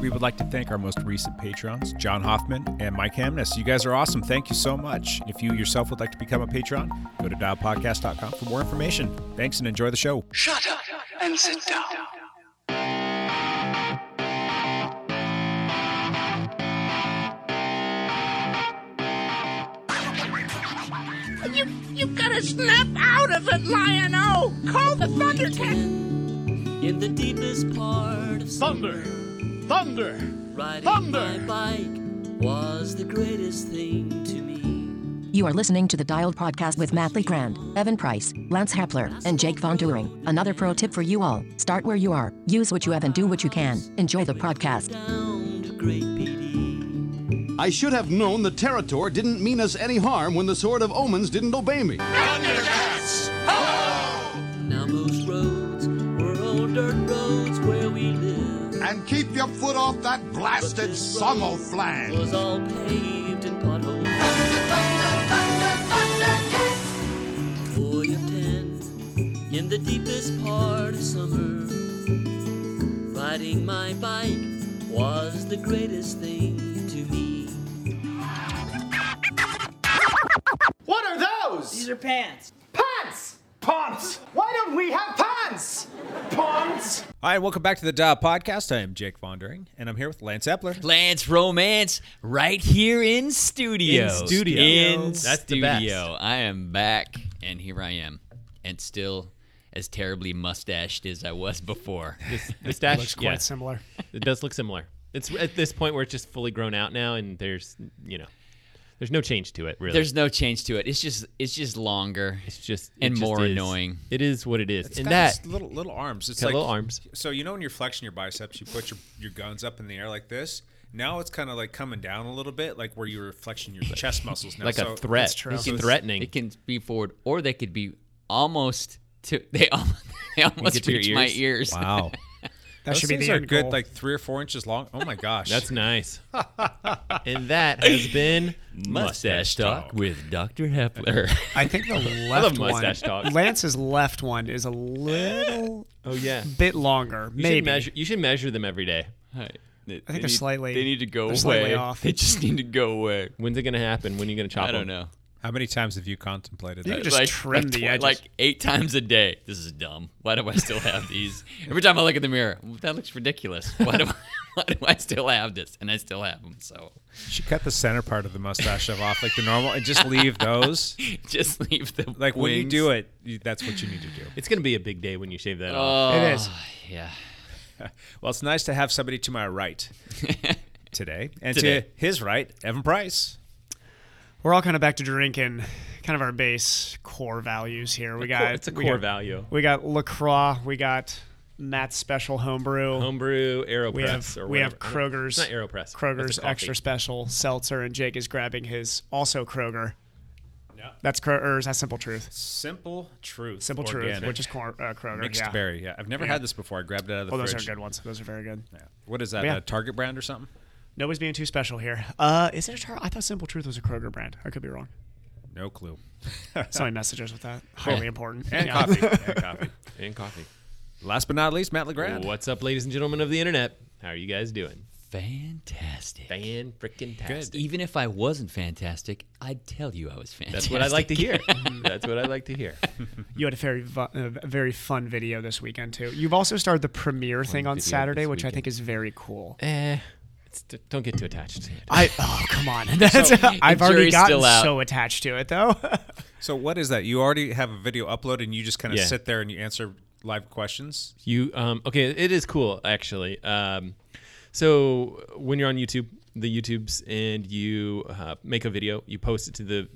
we would like to thank our most recent patrons, John Hoffman and Mike Hamness. You guys are awesome. Thank you so much. If you yourself would like to become a patron, go to dialpodcast.com for more information. Thanks and enjoy the show. Shut up and sit down. You you gotta snap out of it, lion o! Call the thunder tent! In the deepest part of Thunder! Thunder! riding Thunder! my bike was the greatest thing to me. You are listening to the Dialed Podcast with Matt Lee Grand, Evan Price, Lance Hepler, and Jake Von Turing. Another pro tip for you all start where you are, use what you have, and do what you can. Enjoy the podcast. Down to Great PD. I should have known the Territor didn't mean us any harm when the Sword of Omens didn't obey me. Now most roads were old dirt roads where we lived. And keep your foot off that blasted This summer road flag. Was all paved in potholes. Boy of ten, in the deepest part of summer, riding my bike was the greatest thing to me. What are those? These are pants. Pants! Pants! Why don't we have pants? Pants! Hi, and welcome back to the Dial Podcast. I am Jake Vondering, and I'm here with Lance Epler. Lance Romance right here in studio. In studio. In That's the studio. best. I am back, and here I am, and still as terribly mustached as I was before. The stash looks Quite similar. It does look similar. It's at this point where it's just fully grown out now, and there's you know, there's no change to it really. There's no change to it. It's just it's just longer. it's just it and just more is- annoying. It is what it is. It's and got that these little little arms. It's got like little arms. So you know when you're flexing your biceps, you put your, your guns up in the air like this. Now it's kind of like coming down a little bit, like where you were flexing your chest muscles. Now. like So a threat. true. It's So it's- threatening. It can be forward, or they could be almost to they almost they get almost to your reach my ears. ears? Wow, that should be things the are end good, goal. like three or four inches long. Oh my gosh, That's nice. and that has been Mustache talk with Dr. Hepler. I think the left mustache one. dogs. Lance's left one is a little Oh yeah. bit longer. You maybe. should measure. You should measure them every day. I think they're slightly- They need to go they're away. slightly off. They just need to go away. When's it gonna happen? When are you gonna chop I don't them? know. How many times have you contemplated You that? could just trim the twi- edges. Like eight times a day. This is dumb. Why do I still have these? Every time I look in the mirror, that looks ridiculous. Why do I, why do I still have this? And I still have them. So You should cut the center part of the mustache off, like the normal, and just leave those. just leave them. Like when you do it, you, that's what you need to do. It's gonna be a big day when you shave that off. Oh, It is. Ah. Yeah. Well, it's nice to have somebody to my right today, and to Today. his right, Evan Price. We're all kind of back to drinking, kind of our base core values here. We got it's a we core got- value. We got Lacroix. We got Matt's special homebrew. Homebrew, Aeropress, we have or we have whatever. I don't- Kroger's It's not Aeropress. That's Kroger's a coffee. extra special seltzer, and Jake is grabbing his also Kroger. That's Kroger's. That's Simple Truth. Simple truth. Simple Truth, Organic. which is cor- uh, Kroger. mixed yeah. berry. Yeah, I've never had this before. I grabbed it out of the Oh, those fridge. are good ones. Those are very good. Yeah. What is that? Yeah. A Target brand or something? Nobody's being too special here. Uh, is it a Tar- I thought Simple Truth was a Kroger brand. I could be wrong. No clue. So many messages with that. Highly important. And Yeah. coffee. and coffee. and coffee. Last but not least, Matt Legrand. What's up, ladies and gentlemen of the internet? How are you guys doing? Fantastic. Fan freaking tastic. Even if I wasn't fantastic, I'd tell you I was fantastic. That's what I like to hear. That's what I like to hear. You had a very fu- a very fun video this weekend too. You've also started the premiere thing on video Saturday, this which I weekend. think is very cool. Eh, it's, don't get too attached. I oh come on, That's- I've the already jury's gotten still out. so attached to it though. So what is that? You already have a video uploaded, and you just kind of Yeah. sit there and you answer live questions. You um okay? It is cool actually. Um, so when you're on YouTube, the YouTubes, and you uh, make a video, you post it to the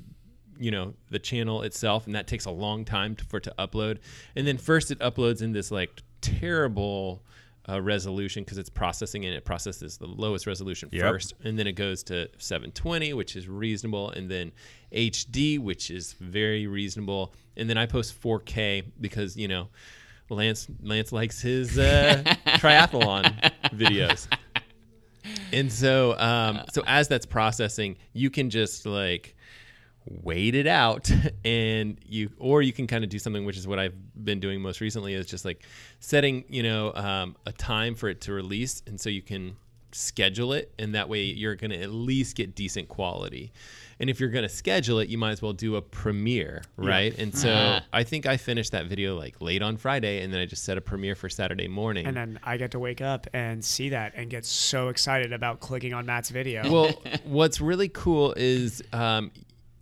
you know the channel itself and that takes a long time to, for it to upload and then first it uploads in this like terrible uh, resolution because it's processing and it processes the lowest resolution Yep. first and then it goes to 720 which is reasonable and then hd which is very reasonable and then i post 4k because you know lance lance likes his uh, triathlon videos and so um, so as that's processing you can just like wait it out and you or you can kind of do something which is what i've been doing most recently is just like setting you know um, a time for it to release and so you can schedule it, and that way you're going to at least get decent quality. And if you're going to schedule it, you might as well do a premiere, right? And so Ah. I think I finished that video like late on Friday, and then I just set a premiere for Saturday morning. And then I get to wake up and see that and get so excited about clicking on Matt's video. well, what's really cool is um,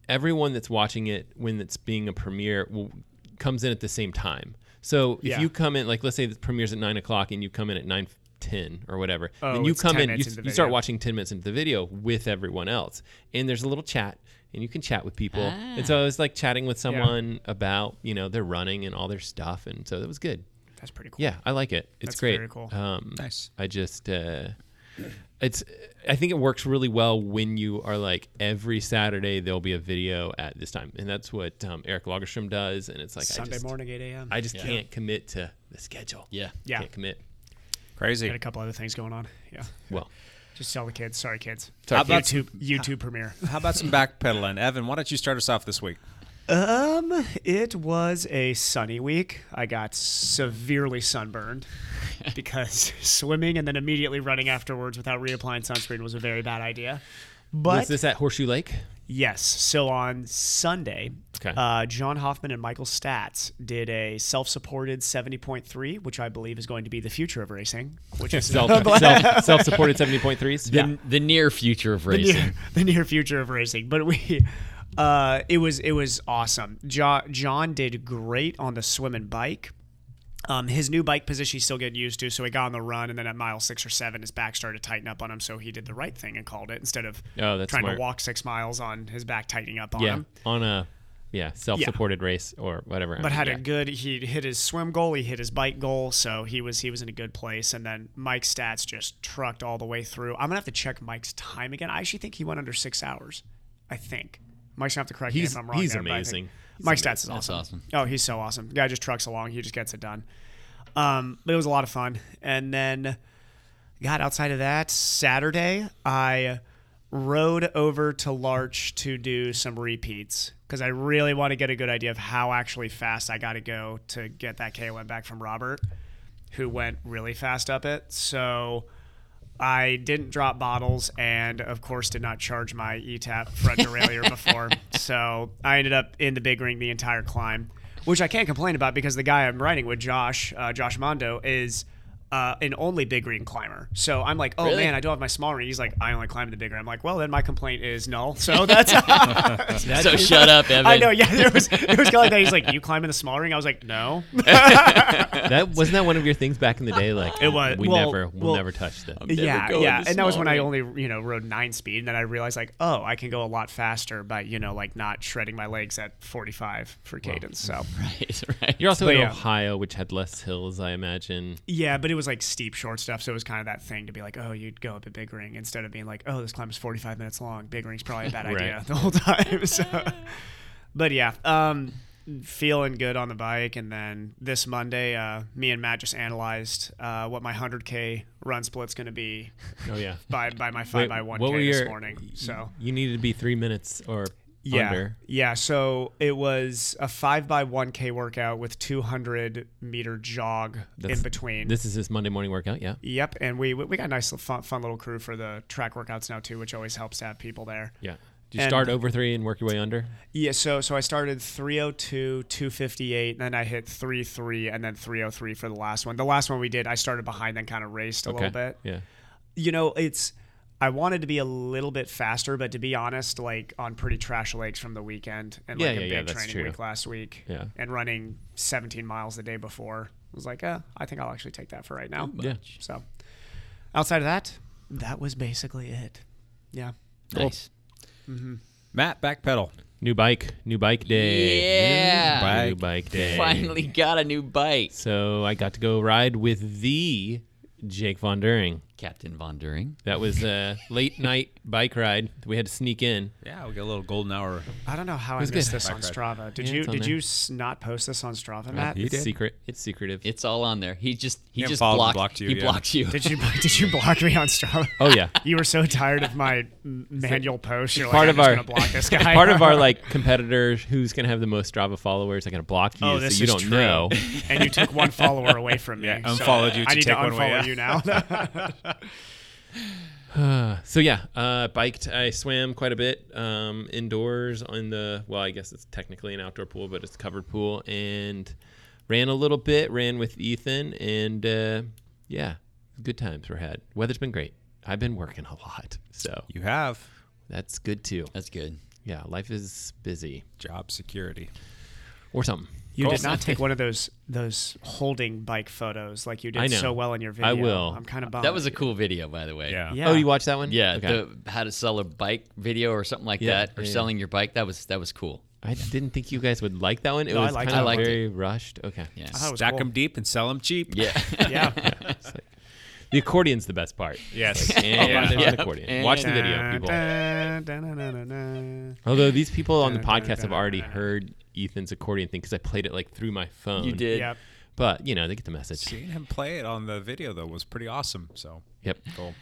everyone that's watching it when it's being a premiere will, comes in at the same time. So if Yeah. you come in, like let's say the premiere's at nine o'clock and you come in at nine ten or whatever, Oh, then you it's come 10 in, you, minutes into the you start video. watching ten minutes into the video with everyone else, and there's a little chat. And you can chat with people, and Ah. so I was like chatting with someone about you know their running and all their stuff, and so that was good. That's pretty cool. Yeah, I like it. It's That's great. very cool. Um, Nice. I just, uh, it's. I think it works really well when you are like every Saturday there'll be a video at this time, and that's what um, Eric Lagerstrom does. And it's like Sunday I just, morning, 8 a.m. I just can't commit to the schedule. Yeah. Yeah. can't commit. Crazy. Got a couple other things going on. Yeah. Well, Just tell the kids. Sorry, kids. Sorry, How kids. YouTube, YouTube premiere. How about some backpedaling? Evan, why don't you start us off this week? Um, it was a sunny week. I got severely sunburned because swimming and then immediately running afterwards without reapplying sunscreen was a very bad idea. But was this at Horseshoe Lake? Yes. So on Sunday, Okay. uh, John Hoffman and Michael Statz did a self-supported 70.3, which I believe is going to be the future of racing, which is Self, self, self-supported seventy point threes. The, the near future of the racing. near, the near future of racing. But we, uh, it was it was awesome. John, John did great on the swim and bike. Um, his new bike position he's still getting used to, so he got on the run, and then at mile six or seven, his back started to tighten up on him, so he did the right thing and called it instead of Oh, that's trying smart. to walk six miles on his back tightening up on Yeah, him. on a yeah self-supported race or whatever. but had yeah. a good he hit his swim goal he hit his bike goal so he was he was in a good place and then mike's stats just trucked all the way through i'm gonna have to check mike's time again i actually think he went under six hours i think mike's gonna have to correct He's- me if i'm wrong he's there, but I think- amazing. mike's stats is That's awesome. awesome. oh he's so awesome guy just trucks along he just gets it done um, but it was a lot of fun and then God, outside of that, Saturday, I rode over to Larch to do some repeats because I really want to get a good idea of how actually fast I got to go to get that KOM back from Robert, who went really fast up it. So I didn't drop bottles and, of course, did not charge my E ETAP front derailleur before. So I ended up in the big ring the entire climb, which I can't complain about because the guy I'm riding with, Josh, uh, Josh Mondo, is uh, an only big ring climber. So I'm like, oh man, I don't have my small ring. He's like, I only climb the big ring. I'm like, well, then my complaint is null. So that's. so Oh, shut up, Evan. I know, yeah. It was, it was kind of like that. He's like, you climb in the small ring? I was like, no. that wasn't that one of your things back in the day. Like It was- We well, never. We'll, well- never touch that. never yeah, going yeah. to And that was small when I ring. only, you know, rode nine speed. And then I realized, like, oh, I can go a lot faster by, you know, like not shredding my legs at 45 for cadence. So, Right, right. You're also But in yeah. Ohio, which had less hills, I imagine. yeah, but it was like steep, short stuff. So it was kind of that thing to be like, oh, you'd go up a big ring instead of being like, oh, this climb is 45 minutes long. Big ring's probably a bad Right. idea the whole time. so, but yeah, um, feeling good on the bike. And then this Monday, uh, me and Matt just analyzed uh, what my 100K run split's going to be Oh yeah. by, by my 5 by 1K this morning. So. you needed to be three minutes or Yeah. under. Yeah. So it was a five by one K workout with 200 meter jog That's- in between. This is his Monday morning workout. Yeah. yep. And we, we got a nice fun, fun little crew for the track workouts now too, which always helps to have people there. Yeah. Do you And- start over three and work your way under? Yeah. So, so I started 302, 258, then I hit three, three, and then 303 for the last one. The last one we did, I started behind, then kind of raced a little bit. Yeah. you know, it's I wanted to be a little bit faster, but to be honest, like on pretty trash legs from the weekend and Yeah, like a yeah, big yeah, that's training true. week last week, Yeah. and running 17 miles the day before, I was like, uh, I think I'll actually take that for right now. Yeah. So, outside of that, that was basically it. Yeah. Nice. Matt, backpedal. New bike. New bike day. Yeah. New Bike bike day. Finally got a new bike. So I got to go ride with the Jake Von During. Captain Von During. That was a late night bike ride. We had to sneak in. Yeah, we got a little golden hour. I don't know how I missed good. this on Bike Strava. Did Yeah, you it's on did there. Uh, you s- not post this on Strava, Matt? it's did. secret. It's secretive. It's all on there. He just he Yeah, just followed and blocked, blocked you, He yeah. blocks you. Did you did you block me on Strava? oh yeah. You were so tired of my m- manual posts. You're part like, of I'm just our- gonna block this guy. part of our like competitors who's gonna have the most Strava followers are gonna block you Oh, so this you is don't true. know. and you took one follower away from me. Yeah, so unfollowed you I to need take to one unfollow away, yeah. you now. So yeah, uh, biked. I swam quite a bit um, indoors on the well. I guess it's technically an outdoor pool, but it's a covered pool. And ran a little bit. Ran with Ethan, and uh, yeah, good times were had. Weather's been great. I've been working a lot, so You have that's good too. That's good. Yeah, life is busy job security. or something. You did not take one of those those holding bike photos like you did I know. so well in your video. I will. I'm kind of bummed. That was a cool video, by the way. Yeah. yeah. Oh, you watched that one? Yeah, Okay. the how to sell a bike video or something like Yeah, that, or yeah, yeah. selling your bike. That was that was cool. I didn't think you guys would like that one. It No, I was liked it. kind I of liked very rushed. Okay. Yeah, I thought it was Stack cool. them deep and sell them cheap. yeah. Yeah. It's like- the accordion's the best part. Yes. And Yeah. an Yep. accordion. And- Watch the video, people. Dun, dun, dun, dun, dun, dun. Although these people on the Dun, dun, podcast have dun, already dun. heard Ethan's accordion thing because I played it like through my phone. you did. Yep. But, you know, they get the message. Seeing him play it on the video though was pretty awesome. So Yep. cool.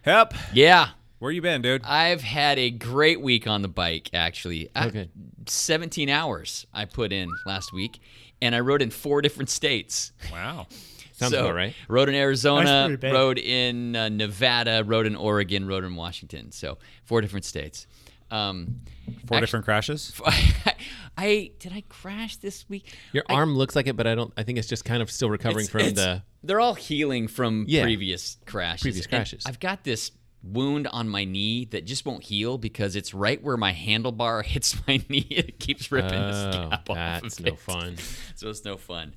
Hep, Yeah, where you been, dude? I've had a great week on the bike. Actually, I- Okay. 17 hours I put in last week, and I rode in four different states. Wow. Sounds so, about right. Rode in That's Arizona, pretty big. rode in uh, Nevada, rode in Oregon, rode in Washington. So four different states. Um, Four Actu- different crashes. I did I crash this week? Your arm looks like it, but I don't, I think it's just kind of still recovering It's- from it's- the. They're all healing from Yeah. previous crashes. Previous And crashes. I've got this wound on my knee that just won't heal because it's right where my handlebar hits my knee. It keeps ripping the Oh, scap off. that's of no it. fun. so it's no fun.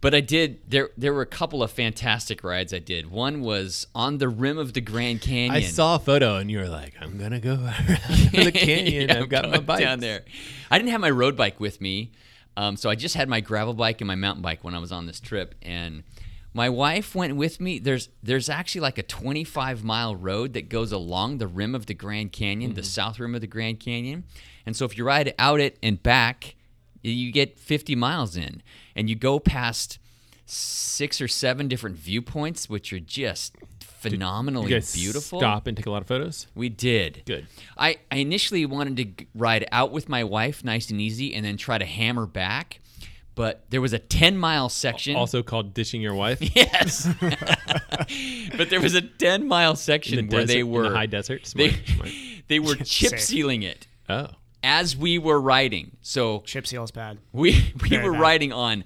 But I did. There, there were a couple of fantastic rides I did. One was on the rim of the Grand Canyon. I saw a photo and you were like, I'm going to go around the canyon. Yeah, I've got my going bike. down there. I didn't have my road bike with me, um, so I just had my gravel bike and my mountain bike when I was on this trip. And my wife went with me. There's there's actually like a 25 mile road that goes along the rim of the Grand Canyon, Mm-hmm. the south rim of the Grand Canyon. And so if you ride out it and back, you get 50 miles in, and you go past six or seven different viewpoints, which are just phenomenally You guys beautiful. Stop and take a lot of photos. We did. Good. I, I initially wanted to g- ride out with my wife, nice and easy, and then try to hammer back. But there was a 10 mile section. Also called Ditching Your Wife. yes. but there was a 10 mile section In the where desert- they in the were. high desert? They, Smart, smart. they were chip Safe. sealing it Oh. as we were riding. So Chip seal's bad. we, we Very were bad. riding on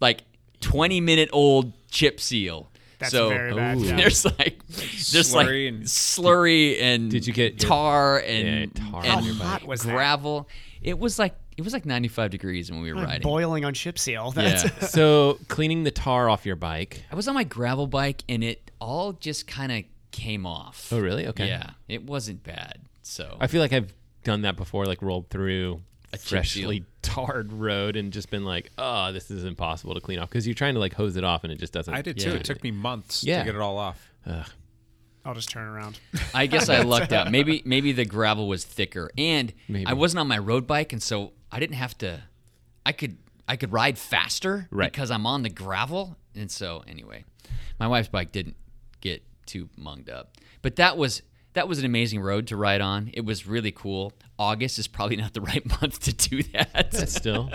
like 20 minute old chip seal. That's so very bad. Ooh. yeah. there's like there's like slurry and- slurry and Did you get your- tar and, Yeah, tar and on your bike. How hot was that? gravel? It was like it was like 95 degrees when we were riding. boiling on chip seal. That's Yeah. So cleaning the tar off your bike. I was on my gravel bike and it all just kind of came off. Oh, really? Okay. Yeah, it wasn't bad. So I feel like I've done that before, like rolled through a chip seal. freshly tarred road and just been like, oh, this is impossible to clean off because you're trying to like hose it off and it just doesn't. I did too. It took me months Yeah. to get it all off. I'll just turn around. I guess I lucked out. Maybe maybe the gravel was thicker, and Maybe. I wasn't on my road bike, and so I didn't have to. I could I could ride faster Right. because I'm on the gravel, and so anyway, my wife's bike didn't get too munged up, but that was. That was an amazing road to ride on. It was really cool. August is probably not the right month to do that, Still,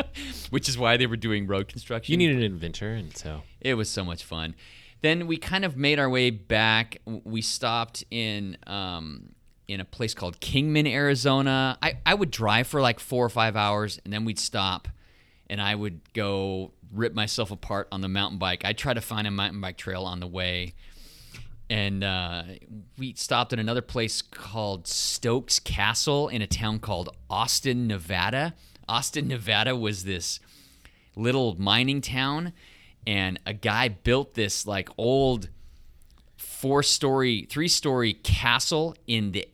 which is why they were doing road construction. you need an adventure, and so It was so much fun. Then we kind of made our way back. We stopped in um, in a place called Kingman, Arizona. I, I would drive for like four or five hours, and then we'd stop, and I would go rip myself apart on the mountain bike. I tried to find a mountain bike trail on the way, and uh, we stopped at another place called Stokes Castle in a town called Austin, Nevada. Austin, Nevada was this little mining town and a guy built this like old four story three story castle in the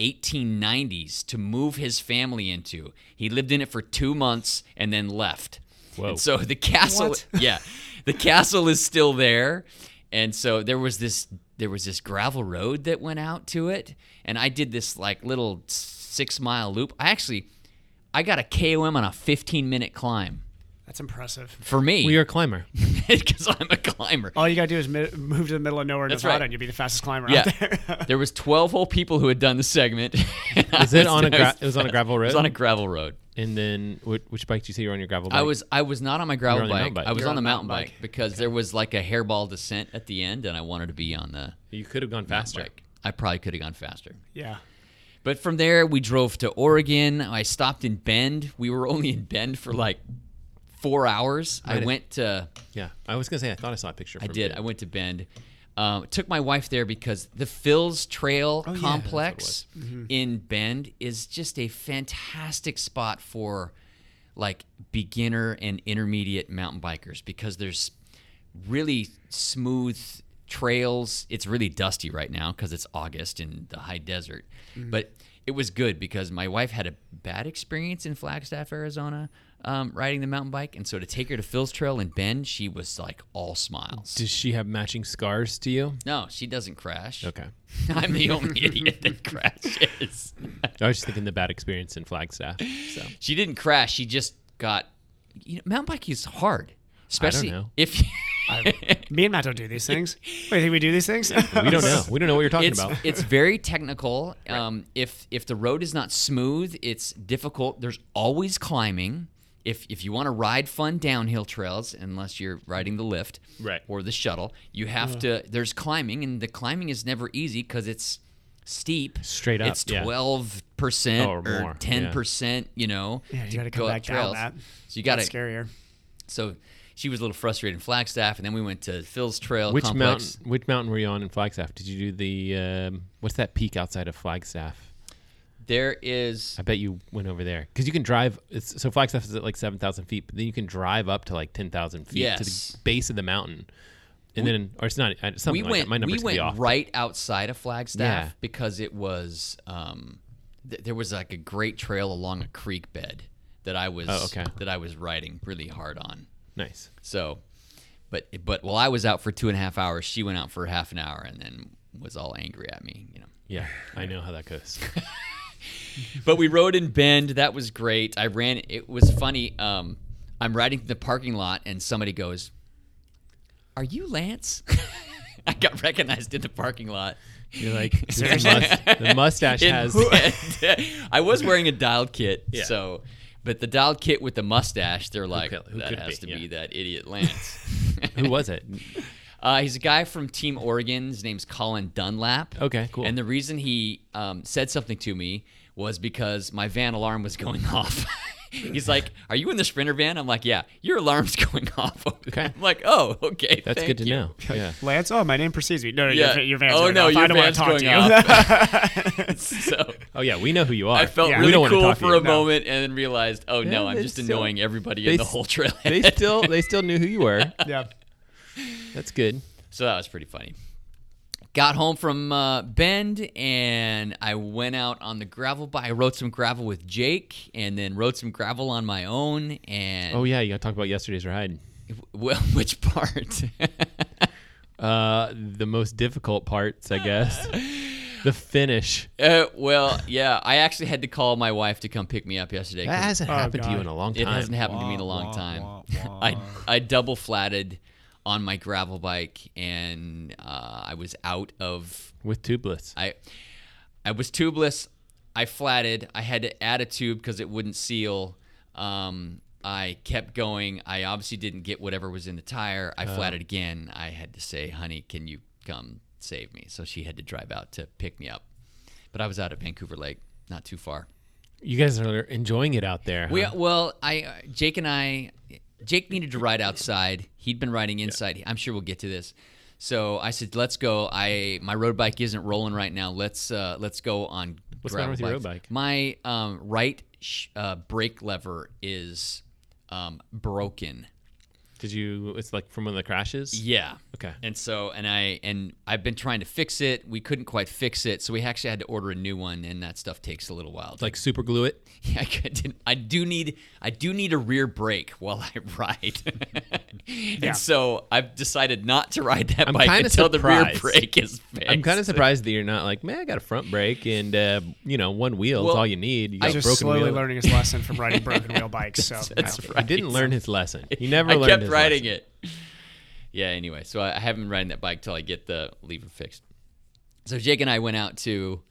1890s to move his family into he lived in it for two months and then left Whoa. and so the castle yeah the castle is still there and so there was this there was this gravel road that went out to it and i did this like little six mile loop i actually i got a kom on a 15 minute climb That's impressive. for me well, you're a climber. because I'm a climber. Oh, All you gotta do is mi- move to the middle of nowhere, That's Nevada, right. and you'll be the fastest climber yeah, out there. there was 12 whole people who had done the segment. Is it on a I gra- was- it was on a gravel road? It was on a gravel road. and then which, which bike do you say you're on your gravel bike? I was I was not on my You're gravel on the bike. mountain bike. I was You're on the on the mountain bike, mountain because there was like a hairball descent at the end, and I wanted to be on the You could have gone faster. bike. I probably could have gone faster. Yeah. But from there, we drove to Oregon. I stopped in Bend. We were only in Bend for like four hours. I went to, Yeah, I was gonna say I thought I saw a picture. I from did, it. I went to Bend. Um, took my wife there because the Phil's Trail yeah, complex in Bend is just a fantastic spot for like beginner and intermediate mountain bikers because there's really smooth trails. It's really dusty right now because it's August in the high desert. But it was good because my wife had a bad experience in Flagstaff, Arizona, um, riding the mountain bike. And so to take her to Phil's Trail in Bend, she was like all smiles. Does she have matching scars to you? No, she doesn't crash. Okay. I'm the only idiot that crashes. I was just thinking the bad experience in Flagstaff. So she didn't crash. She just got. You know, mountain biking is hard, especially know. if Me and Matt don't do these things. Wait, think we do these things? we don't know. We don't know what you're talking it's about. it's very technical. Um, if if the road is not smooth, it's difficult. There's always climbing. If if you want to ride fun downhill trails, unless you're riding the lift Right. or the shuttle, you have to. There's climbing, and the climbing is never easy because it's steep. Straight up, it's yeah. twelve percent Or or more, ten yeah. percent. You know, Yeah, you to got to come go up back down trails. that. So you got That's to. scarier. So she was a little frustrated in Flagstaff, and then we went to Phil's Trail Which Complex. mountain? Which mountain were you on in Flagstaff? Did you do the um, what's that peak outside of Flagstaff? There is I bet you went over there because you can drive. It's, so Flagstaff is at like seven thousand feet, but then you can drive up to like ten thousand feet to Yes. the base of the mountain, and then or it's not I- something we like went that. My numbers we could went be off. right outside of Flagstaff Yeah. because it was um, th- there was like a great trail along a creek bed that I was Oh, okay. that I was riding really hard on. Nice. So, but but while I was out for two and a half hours, she went out for half an hour and then was all angry at me. You know. Yeah, I know how that goes. but we rode in Bend. That was great. I ran. It was funny. Um, I'm riding through the parking lot, and somebody goes, "Are you Lance?" I got recognized in the parking lot. You're like the, must, the mustache In has. Bend. uh, I was wearing a dialed kit, Yeah. so. But the dialed kit with the mustache, they're like, could- who that could has be?" to be Yeah. that idiot Lance. Who was it? Uh, he's a guy from Team Oregon. His name's Colin Dunlap. Okay, cool. And the reason he um, said something to me was because my van alarm was going off. he's like, "Are you in the Sprinter van?" I'm like, "Yeah, your alarm's going off." over there." Okay. I'm like, "Oh, okay. That's thank good to you." know. Yeah. Lance, oh, my name precedes me. No, no, Yeah. your, your van's oh going no, off. your I don't want van's to talk going to you. off. so Oh yeah, we know who you are. I felt Yeah. We really don't wanna cool talk to for you. a No. moment, and then realized, "Oh no, Yeah, I'm they just still- annoying everybody they in the s- whole trail." they still they still knew who you were. yeah. That's good. So that was pretty funny. Got home from uh, Bend and I went out on the gravel bike. I rode some gravel with Jake and then rode some gravel on my own. And Oh yeah, you got to talk about yesterday's ride. well, which part? Uh, the most difficult parts, I guess. the finish. uh, well, yeah, I actually had to call my wife to come pick me up yesterday. 'cause That hasn't happened to you in a long time. it hasn't happened to me in a long time. I I double flatted on my gravel bike and uh, I was out of With tubeless. I I was tubeless. I flatted. I had to add a tube because it wouldn't seal. Um, I kept going. I obviously didn't get whatever was in the tire. I flatted again. I had to say, "Honey, can you come save me?" So she had to drive out to pick me up. But I was out at Vancouver Lake, not too far. You guys are enjoying it out there. We huh? well, I uh, Jake and I, Jake needed to ride outside. He'd been riding inside. I'm sure we'll get to this. So I said, "Let's go." I my road bike isn't rolling right now. Let's uh, let's go on. What's wrong gravel with your bikes." road bike? My um, right sh- uh, brake lever is um, broken. Did you? It's like from one of the crashes. Yeah. Okay. And so and I and I've been trying to fix it. We couldn't quite fix it, so we actually had to order a new one, and that stuff takes a little while. to Like super glue it. yeah, I, could, didn't- I do need I do need a rear brake while I ride, and so I've decided not to ride that I'm bike kinda until the rear surprised. brake is fixed. I'm kind of surprised that you're not like, man, I got a front brake and uh, you know one wheel is Well, all you need. You got I a just broken slowly wheel. learning his lesson from riding broken wheel bikes. So yeah. He didn't learn his lesson. He never I learned. kept his riding lesson. it. Yeah. Anyway, so I I haven't ridden that bike till I get the lever fixed. So Jake and I went out to.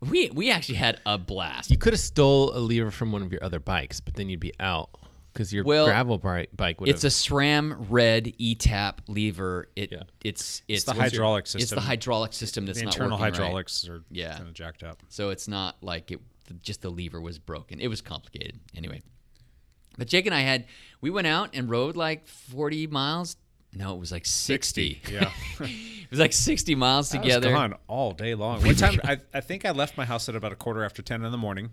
We we actually had a blast. You could have stole a lever from one of your other bikes, but then you'd be out. because your Well, gravel bri- bike would It's a have SRAM red ETAP lever. It Yeah. it's It's it's, the what's your- hydraulic It's the system. hydraulic system that's the not internal working right. hydraulics are Yeah. kind of jacked up. So it's not like it just the lever was broken. It was complicated anyway. But Jake and I had we went out and rode like 40 miles. No, it was like 60. Yeah. It was like 60 miles together. I was gone all day long. One time, I, I think I left my house at about a quarter after ten in the morning.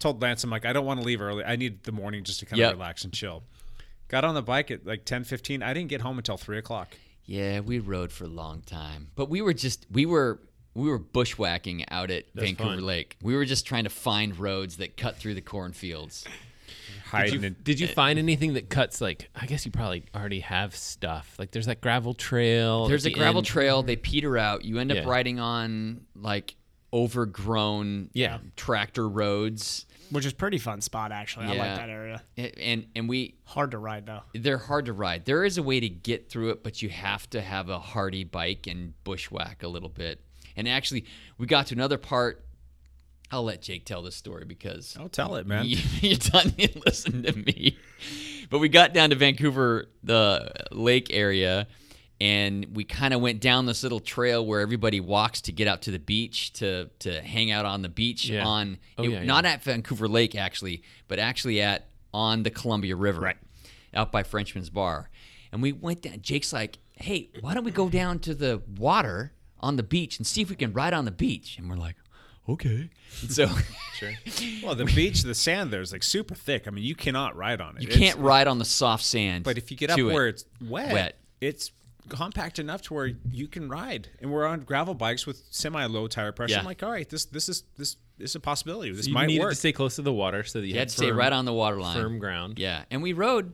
Told Lance, I'm like, I don't want to leave early. I need the morning just to kind Yep. of relax and chill. Got on the bike at like ten fifteen. I didn't get home until three o'clock. Yeah, we rode for a long time. But we were just we were we were bushwhacking out at Vancouver fun. Lake. We were just trying to find roads that cut through the cornfields. did Hiding you, in did you find anything that cuts like i guess you probably already have stuff like there's that gravel trail at There's a the gravel end. Mm-hmm. trail. They peter out. You end up Yeah. riding on like overgrown Yeah. tractor roads. which is pretty fun spot actually. I Yeah. like that area. And and we Hard to ride though. they're hard to ride. There is a way to get through it, but you have to have a hardy bike and bushwhack a little bit. And actually, we got to another part. I'll let Jake tell this story because Oh, tell it, man. You, you done and listen to me. But we got down to Vancouver, the lake area, and we kind of went down this little trail where everybody walks to get out to the beach to to hang out on the beach Yeah. on Oh, it- yeah, not at Vancouver Lake actually, but actually at on the Columbia River, right, out by Frenchman's Bar, and we went down. Jake's like, "Hey, why don't we go down to the water on the beach and see if we can ride on the beach?" And we're like, "Okay." And so well, the beach, the sand there is like super thick. I mean, you cannot ride on it. you It's- can't ride on the soft sand. But if you get up to it. where it's wet, Wet. it's compact enough to where you can ride. And we're on gravel bikes with semi low tire pressure. Yeah. I'm like, all right, this this is this, this is a possibility. This you might needed work. to stay close to the water so that you, You had had to stay firm- right on the water line. firm ground Yeah, and we rode.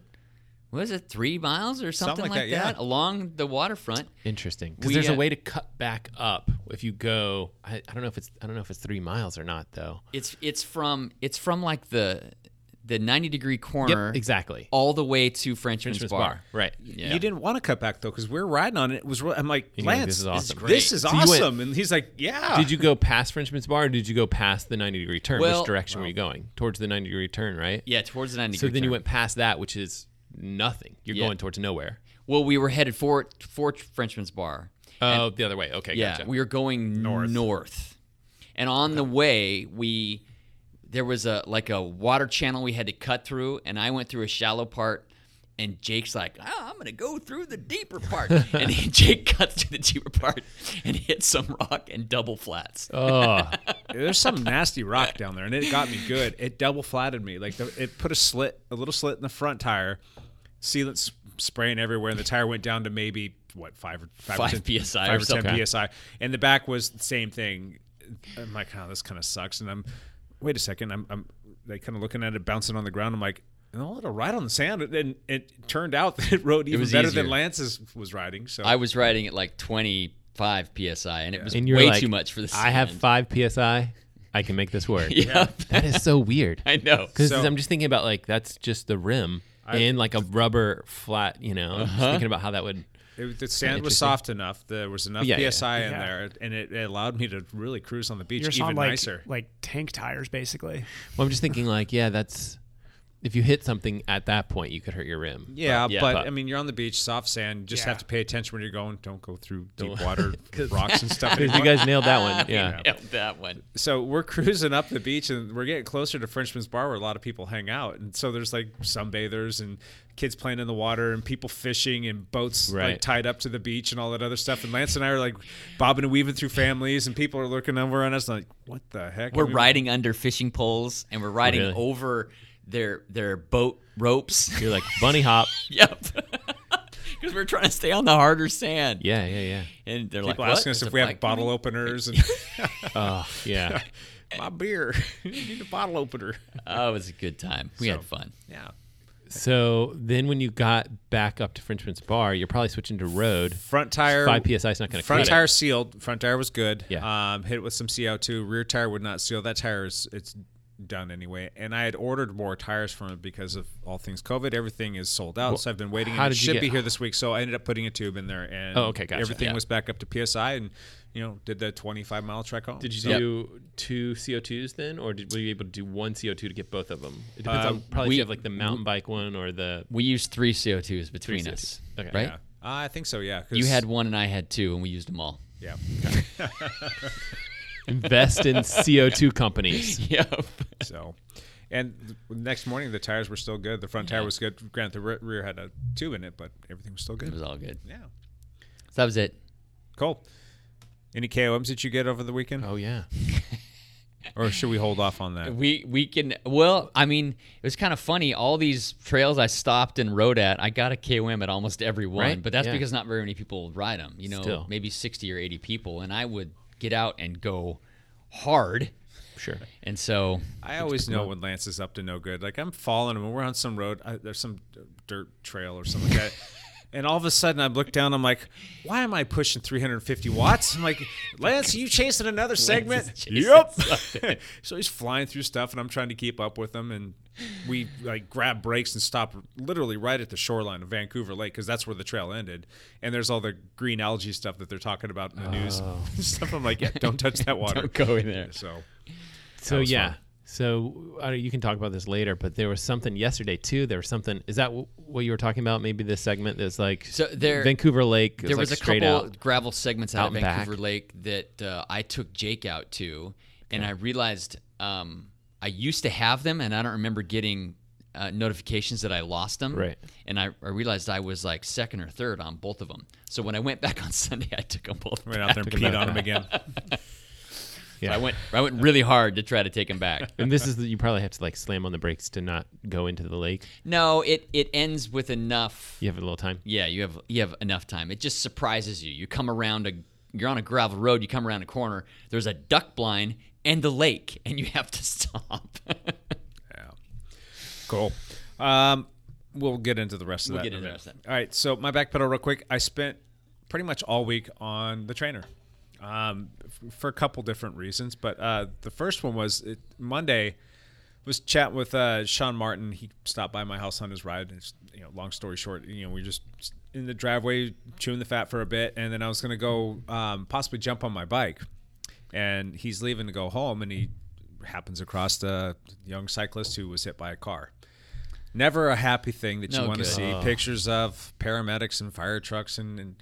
what Was it three miles or something, like like, that, that, yeah. along the waterfront? Interesting, because We, there's uh, a way to cut back up if you go. I, I don't know if it's I don't know if it's three miles or not though. It's it's from it's from like the the ninety degree corner exactly. all the way to Frenchman's, Frenchman's Bar. Bar, right. Yeah. You didn't want to cut back though, because we were riding on it. It was. real- I'm like, You're like, Lance, this is awesome. great. This is So you went- awesome. and he's like, Ah. yeah. Did you go past Frenchman's Bar or did you go past the 90 degree turn? Well- which direction were you going? Towards the 90 degree turn, right? Yeah, towards the ninety So degree. then you turn. went past that, which is nothing. You're Yeah. going towards nowhere. Well, we were headed for for Frenchman's Bar. Oh, the other way. Okay, Yeah, gotcha. we were going north. north. And on the way, we there was a like a water channel we had to cut through, and I went through a shallow part. And Jake's like, oh, I'm gonna go through the deeper part, and then Jake cuts through the deeper part and hits some rock and double flats. oh, There's some nasty rock down there, and it got me good. It double flatted me. Like the, it put a slit, a little slit in the front tire, sealant s- spraying everywhere, and the tire went down to maybe what five or five, or Five 10 PSI five or or ten something. psi, and the back was the same thing. I'm like, oh, this kind of sucks. And I'm, wait a second, I'm, I'm like kind of looking at it bouncing on the ground. I'm like. No, it'll ride on the sand, and it turned out that it rode even was better easier. than Lance's was riding. So I was riding at like 25 psi, and it was and you're way like, too much for the. I have sand." five psi. I can make this work. Yeah, That is so weird. I know. Because So- I'm just thinking about like that's just the rim and like a rubber flat. You know, I'm just Uh-huh. thinking about how that would. It, the sand was soft enough. There was enough Yeah, yeah, psi in Yeah. there, and it, it allowed me to really cruise on the beach You're just on even like nicer. like tank tires basically. Well, I'm just thinking like yeah, that's if you hit something at that point, you could hurt your rim. yeah, yeah, but, but- I mean, you're on the beach, soft sand. You just Yeah. have to pay attention when you're going. Don't go through deep water, rocks and stuff. Because you anymore. guys nailed that one. Yeah. Yeah, that one. so we're cruising up the beach, and we're getting closer to Frenchman's Bar, where a lot of people hang out. And so there's like sunbathers and kids playing in the water, and people fishing, and boats like Right. tied up to the beach, and all that other stuff. And Lance and I are like bobbing and weaving through families, and people are looking over on us like, "What the heck?" We're And we- riding under fishing poles and we're riding Mm-hmm. Really? over their their boat ropes. You're like bunny hop. yep. Because we're trying to stay on the harder sand. Yeah, yeah, yeah. And they're People like, asking "What? us There's if we have bike bottle coming?" openers. And Oh, yeah. my beer. you need a bottle opener. Oh, it was a good time. We had fun. Yeah. So then when you got back up to Frenchman's Bar, you're probably switching to road. Front tire. Five psi is not going to Front cut tire It. sealed. Front tire was good. Yeah. Um, hit it with some CO2. Rear tire would not seal. That tire is it's done anyway. And I had ordered more tires from it because of all things COVID. Everything is sold out, so I've been waiting. how and it did you should get- be here this week. So I ended up putting a tube in there, and Oh, okay, gotcha. everything Yeah. was back up to PSI, and you know did the 25 mile trek home. Did you So- do two CO2s then, or did, were you able to do one CO2 to get both of them? It depends Uh, on probably if we- you have like the mountain bike one or the. We used three CO2s between Three us, CO2s. Okay. right? Yeah. Uh, I think so. Yeah. 'cause- You had one and I had two, and we used them all. Yeah. Invest in CO2 companies. Yep. So, and th- next morning the tires were still good. The front tire was good. Grant the re- rear had a tube in it, but everything was still It good. was all good. Yeah. So that was it. Cool. Any KOMs that you get over the weekend, Oh yeah. or should we hold off on that? We we can well, I mean, it was kind of funny. All these trails I stopped and rode at, I got a KOM at almost every one, Right? but that's Yeah. because not very many people ride them. You know, Still. maybe sixty or eighty people, and I would get out and go hard, Sure. and so I always know when Lance is up to no good. Like I'm following him, and we're on some road. I, there's some d- dirt trail or something like that. And all of a sudden, I look down. I'm like, "Why am I pushing 350 watts?" I'm like, "Lance, are you chasing another segment?" chasing Yep. so he's flying through stuff, and I'm trying to keep up with him. And we like grab brakes and stop literally right at the shoreline of Vancouver Lake because that's where the trail ended. And there's all the green algae stuff that they're talking about in the news. stuff. I'm like, "Yeah, don't touch that water. don't go in there. So So That was yeah. fun. So uh, you can talk about this later, but there was something yesterday too. There was something. Is that w- what you were talking about? Maybe this segment that's like So there- Vancouver Lake. there was like a straight couple out. gravel segments Out out, of and back. Vancouver Lake that uh, I took Jake out to, and I realized um, I used to have them, and I don't remember getting uh, notifications that I lost them. Right. And I, I realized I was like second or third on both of them. So when I went back on Sunday, I took them both. went out there and Talking peed about on him that. again. So I went I went really hard to try to take them back. And this is the, you probably have to like slam on the brakes to not go into the lake. No, it it ends with enough. You have a little time. Yeah, you have you have enough time. It just surprises you. You come around a you're on a gravel road, you come around a corner, there's a duck blind and the lake and you have to stop. Cool. Um, we'll get into the rest of We'll that. get in a into the minute. rest of All right. So my back pedal, real quick. I spent pretty much all week on the trainer um, f- for a couple different reasons, but uh, the first one was it, Monday was chatting with uh, Sean Martin. He stopped by my house on his ride. And it's, you know, long story short, you know, we were just in the driveway chewing the fat for a bit, and then I was gonna go um, possibly jump on my bike, and he's leaving to go home, and he happens across the young cyclist who was hit by a car. Never a happy thing that you No want good. to see. Pictures of paramedics and fire trucks and and,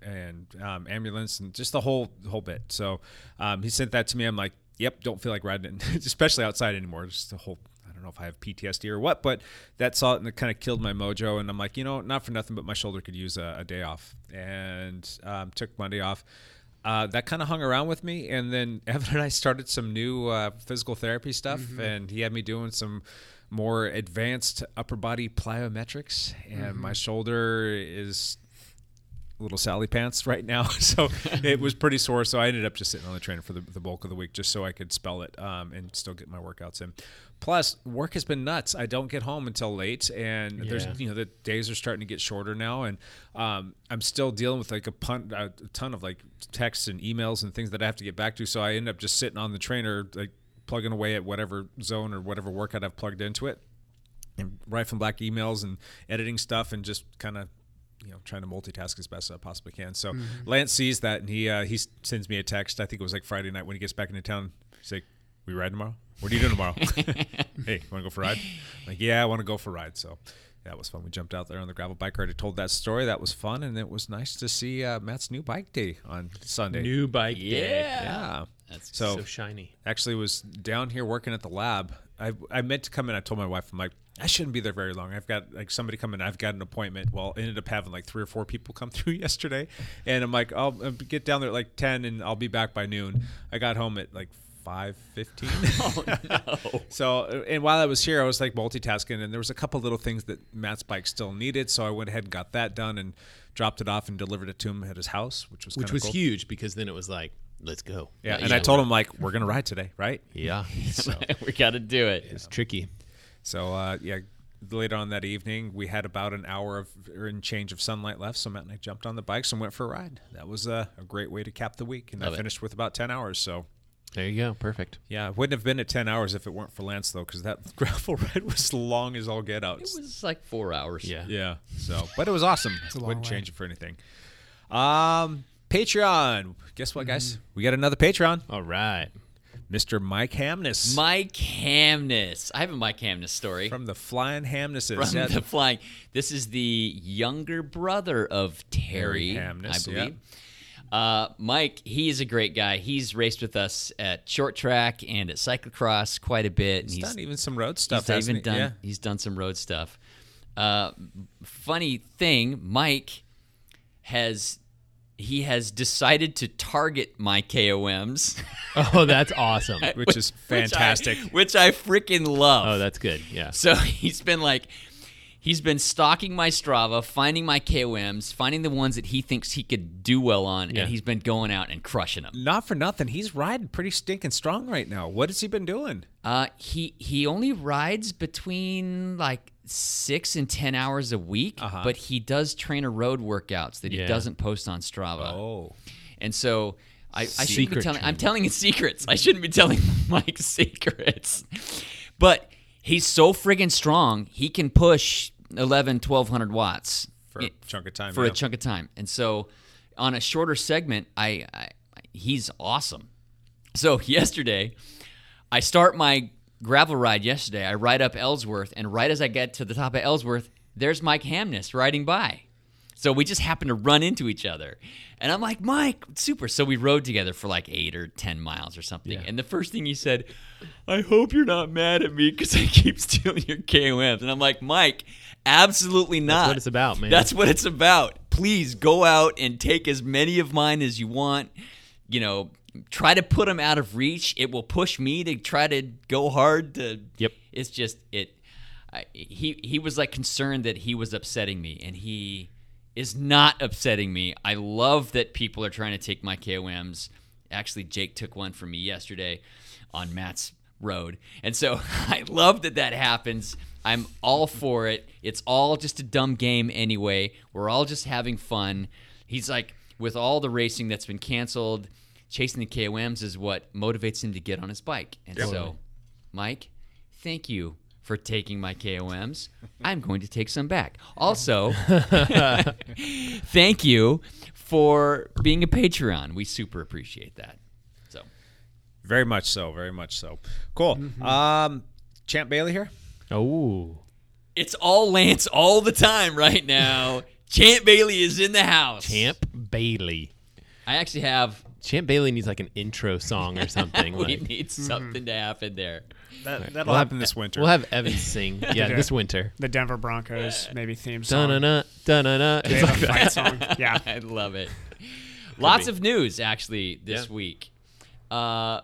and um, ambulance and just the whole the whole bit. So um, he sent that to me. I'm like, yep, don't feel like riding it, especially outside anymore. Just the whole. I don't know if I have PTSD or what, but that saw it and it kind of killed my mojo. And I'm like, you know, not for nothing, but my shoulder could use a, a day off. And um, took Monday off. Uh, that kind of hung around with me. And then Evan and I started some new uh, physical therapy stuff, and he had me doing some more advanced upper body plyometrics. And my shoulder is little Sally pants right now. So it was pretty sore. So I ended up just sitting on the trainer for the, the bulk of the week just so I could spell it um, and still get my workouts in. Plus, work has been nuts. I don't get home until late, and there's Yeah. you know the days are starting to get shorter now, and um, I'm still dealing with like a, pun- a ton of like texts and emails and things that I have to get back to. So I end up just sitting on the trainer like plugging away at whatever zone or whatever workout I've plugged into it and rifling black emails and editing stuff and just kind of you know trying to multitask as best I possibly can. So Lance sees that and he uh, he s- sends me a text. I think it was like Friday night when he gets back into town. He's like, "We ride tomorrow? What are you doing tomorrow? hey, want to go for a ride? I'm like, yeah, I want to go for a ride." So. That was fun. We jumped out there on the gravel bike ride. I told that story. That was fun, and it was nice to see uh, Matt's new bike day on Sunday. New bike day. yeah, that's so, So shiny. actually was down here working at the lab. I, I meant to come in. I told my wife, I'm like, I shouldn't be there very long. I've got like somebody coming. I've got an appointment. Well, ended up having like three or four people come through yesterday, and I'm like, I'll, I'll get down there at like ten, and I'll be back by noon. I got home at like five fifteen. Oh, So, and while I was here, I was like multitasking, and there was a couple little things that Matt's bike still needed. So I went ahead and got that done, and dropped it off and delivered it to him at his house, which was Which kinda was cool. huge because then it was like, let's go. Yeah, and I told him like, we're gonna ride today, right? Yeah. we got to do it. It's tricky. So uh, yeah, later on that evening, we had about an hour of or in change of sunlight left. So Matt and I uh, jumped on the bikes and went for a ride. That was a, a great way to cap the week, and I it. finished with about ten hours. So There you go. Perfect. Yeah, it wouldn't have been at 10 hours if it weren't for Lance, though, because that gravel ride was long as all get out. It was like four hours. Yeah. Yeah. So, but it was awesome. Wouldn't change it for anything. Um, Patreon. Guess what, guys? Mm-hmm. We got another Patreon. All right. Mr. Mike Hamness Mike Hamness. I have a Mike Hamness story. from the Flying Hamnesses. from Yeah, the flying. This is the younger brother of Terry, Terry Hamness, I believe. Uh, Mike, he is a great guy. He's raced with us at short track and at cyclocross quite a bit. and He's he's done even some road stuff. He's done- hasn't even he? done. Yeah. He's done some road stuff. Uh, funny thing, Mike has he has decided to target my KOMs, Oh, that's awesome. Which is fantastic. which I, freaking love. Oh, that's good. Yeah. So he's been like, he's been stalking my Strava, finding my KOMs, finding the ones that he thinks he could do well on, Yeah. and he's been going out and crushing them. Not for nothing. He's riding pretty stinking strong right now. What has he been doing? Uh, he he only rides between like six and ten hours a week, but he does trainer road workouts that Uh-huh. Yeah. he doesn't post on Strava. Oh. And so I, I shouldn't be Secret telling. I'm training. telling his secrets. I shouldn't be telling Mike secrets. But he's so friggin' strong. He can push 11, 1200 watts For a chunk of time. for yeah. a chunk of time. And so on a shorter segment, I, I he's awesome. So yesterday, I start my gravel ride yesterday. I ride up Ellsworth, and right as I get to the top of Ellsworth, there's Mike Hamness riding by. So we just happened to run into each other. And I'm like, Mike, super. So we rode together for like eight or 10 miles or something. And the first thing he said, I hope you're not mad at me because I keep stealing your KOMs. And I'm like, Mike, absolutely not. what it's about, man. That's what it's about. Please go out and take as many of mine as you want. You know, try to put them out of reach. It will push me to try to go hard. To Yep. It's just it. I, he he was like concerned that he was upsetting me, and he is not upsetting me. I love that people are trying to take my KOMs. Actually, Jake took one from me yesterday on Matt's road, and so I love that that happens. I'm all for it. It's all just a dumb game anyway. We're all just having fun. He's like, with all the racing that's been canceled, chasing the KOMs is what motivates him to get on his bike. And so, Mike, thank you for taking my KOMs. I'm going to take some back. Also, thank you for being a Patreon. We super appreciate that. So, Very much so. Very much so. Cool. Um, Champ Bailey here. Oh. it's all Lance all the time right now. Champ Bailey is in the house. Champ Bailey. I actually have. Champ Bailey needs like an intro song or something. We like, need something to happen there. That, that'll We'll have- happen this winter. We'll have Evan sing. Yeah, this winter. The Denver Broncos maybe theme song. Dun-na-na, dun-na-na. They It's have like a fight song. Yeah. I love it. Lots of news actually this Yeah. week. Uh,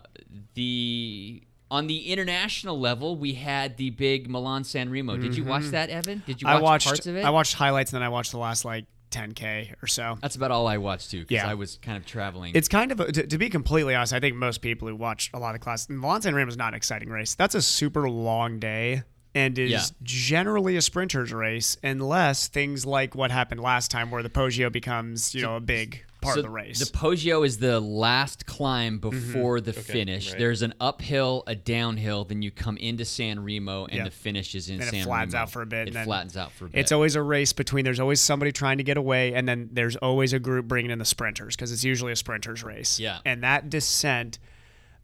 the on the international level, we had the big Milan San Remo. Did you watch that, Evan? Did you watch Mm-hmm. I watched parts of it? I watched highlights and then I watched the last like 10k or so. That's about all I watched too, because Yeah. I was kind of traveling. It's kind of a, to, to be completely honest. I think most people who watch a lot of class, Milan San Remo is not an exciting race. That's a super long day and is Yeah. generally a sprinter's race unless things like what happened last time, where the Poggio becomes you know a big part So of the race. Mm-hmm. The Poggio is the last climb before the finish. There's an uphill, a downhill, then you come into San Remo, and Yeah. the finish is in And it San Remo. flattens out for a bit, It and then flattens out for a bit. it's always a race between. There's always somebody trying to get away, and then there's always a group bringing in the sprinters because it's usually a sprinter's race. Yeah. and that descent.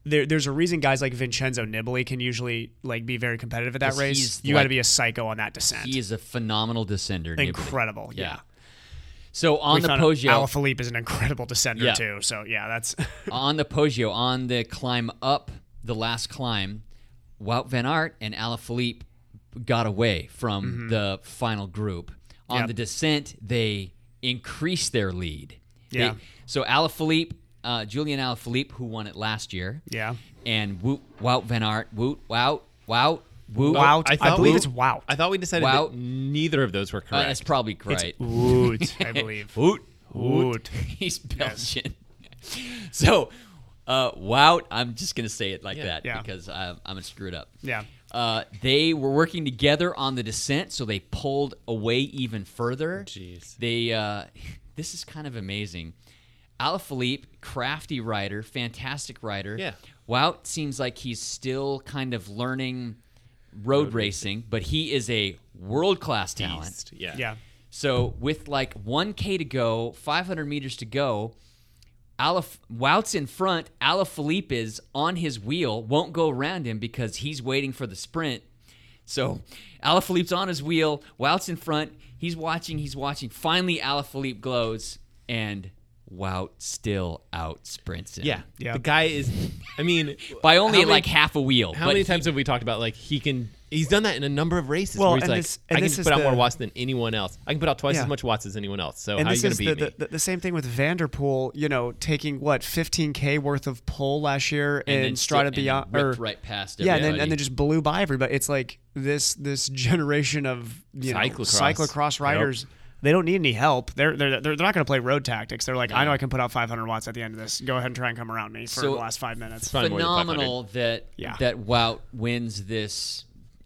There, there's a reason guys like Vincenzo Nibali can usually like be very competitive at that 'Cause race. he's You got to like- be a psycho on that descent. he is a phenomenal descender. Nibali. incredible. Yeah. So on We the found Poggio, Alaphilippe is an incredible descender Yeah. too. So yeah, that's on the Poggio, on the climb up, the last climb, Wout Van Aert and Alaphilippe got away from the final group. On Mm-hmm. Yep. the descent, they increased their lead. They- Yeah. so Alaphilippe, uh, Julian Alaphilippe, who won it last year, yeah. and Wout, Wout Van Aert, Wout, Wout, Wout, Wout. Wow. I, thought believe we- it's wow. I thought we decided Wow. that neither of those were Uh, correct. that's probably right. Woot, I believe. Wout. Woot. He's Belgian. so, uh, Wout, I'm just going to say it like that Yeah. because I, I'm going to screw it up. Yeah. Uh, they were working together on the descent, so they pulled away even further. Jeez. They uh, this is kind of amazing. Alaphilippe, crafty rider, fantastic rider. Yeah. Wout seems like he's still kind of learning road, racing, but he is a world class talent. Beast. Yeah. Yeah. So with like 1K to go, 500 meters to go, Alif Wout's in front. Alaphilippe is on his wheel, won't go around him because he's waiting for the sprint. So Alaphilippe's on his wheel. Wout's in front. He's watching. He's watching. Finally, Alaphilippe glows, and Wout still out sprints him. Yeah. Yeah. The guy is, I mean, by only how many- like half a wheel. How but many he- times have we talked about like he can? He's done that in a number of races. Well, where he's and like, this- and I can this is put out more the- watts than anyone else. I can put out twice Yeah. as much watts as anyone else. So Oh, And how are this you going is to beat the, me? the, the, the same thing with Vanderpool, you know, taking what 15k worth of pole last year then in Strada still- and Beyond, then or ripped right past yeah, and then, and everybody. then just blew by everybody. It's like this this generation of you know, Cyclocross. cyclocross riders. They don't need any help. They're they're they're, they're not going to play road tactics. They're like, I know I can put out 500 watts at the end of this. Go ahead and try and come around me for So- the last five minutes. Probably more than 500. phenomenal that Yeah. that Wout wins this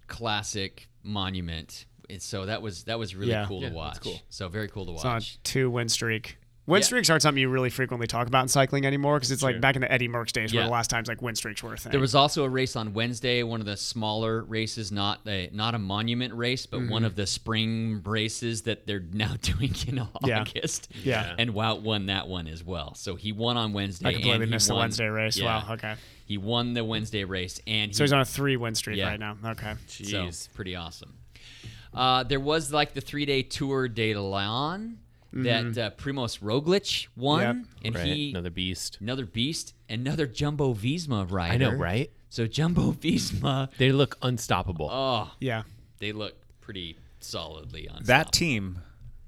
classic monument. And so that was that was really Yeah. cool Yeah, to that's watch. cool. So very cool to watch. on a two win streak. Win Yeah. streaks aren't something you really frequently talk about in cycling anymore because it's like back in the Eddie Merckx days where Yeah. the last times like win streaks were a thing. There was also a race on Wednesday, one of the smaller races, not a not a monument race, but Mm-hmm. one of the spring races that they're now doing in Yeah. August. Yeah. And Wout won that one as well. So he won on Wednesday. I completely and he missed the won- Wednesday race. yeah. Wow. Okay. He won the Wednesday race and he So he's on a three win streak Yeah. right now. Okay. So pretty awesome. Uh, there was like the three day tour de Leon Mm-hmm. that uh, Primoz Roglic won, and Right. he Another beast. another beast, another Jumbo Visma rider. I know, right? So Jumbo Visma, They look unstoppable. oh, Yeah. they look pretty solidly on That top. team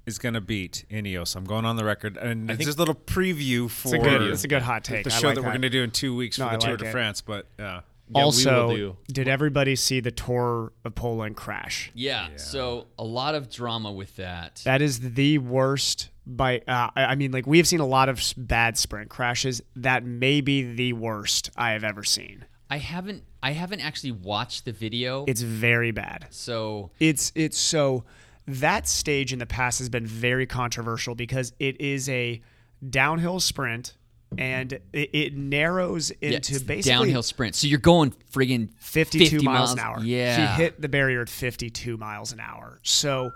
is going to beat Ineos. I'm going on the record, and it's just a little preview for It's a good. It's a good hot take. the I show like that, we're going to do in two weeks No, for I the Tour like de it. France. But uh, we will Also, do. did everybody see the tour of Poland crash? yeah, So a lot of drama with that. That is the worst. By uh, I I mean, like we have seen a lot of s- bad sprint crashes. That may be the worst I have ever seen. I haven't I haven't actually watched the video. It's very bad. so It's it's so that stage in the past has been very controversial because it is a downhill sprint and it, it narrows yeah, into it's basically downhill sprint. So you're going friggin' 52 50 miles, an hour. Yeah, He hit the barrier at 52 miles an hour. So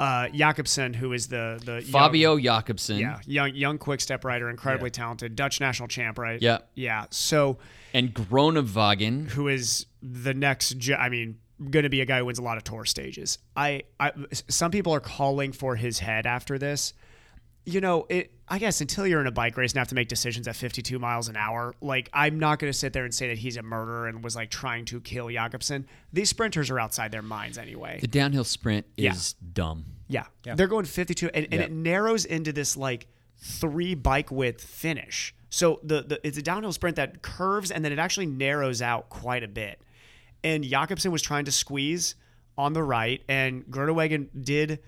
uh Jakobsen who is the the young- Fabio Jakobsen. yeah, young young quick step rider, incredibly talented, Dutch national champ, right? Yeah. Yeah. So and Groenewegen. who is the next ge- I mean going to be a guy who wins a lot of tour stages. I, I some people are calling for his head after this. You know, it I guess until you're in a bike race and have to make decisions at 52 miles an hour, like I'm not going to sit there and say that he's a murderer and was like trying to kill Jakobsen. These sprinters are outside their minds anyway. The downhill sprint Yeah. is dumb. Yeah. They're going 52 and, and Yeah. it narrows into this like three bike width finish. So the, the it's a downhill sprint that curves and then it actually narrows out quite a bit. And Jakobsen was trying to squeeze on the right and Groenewegen did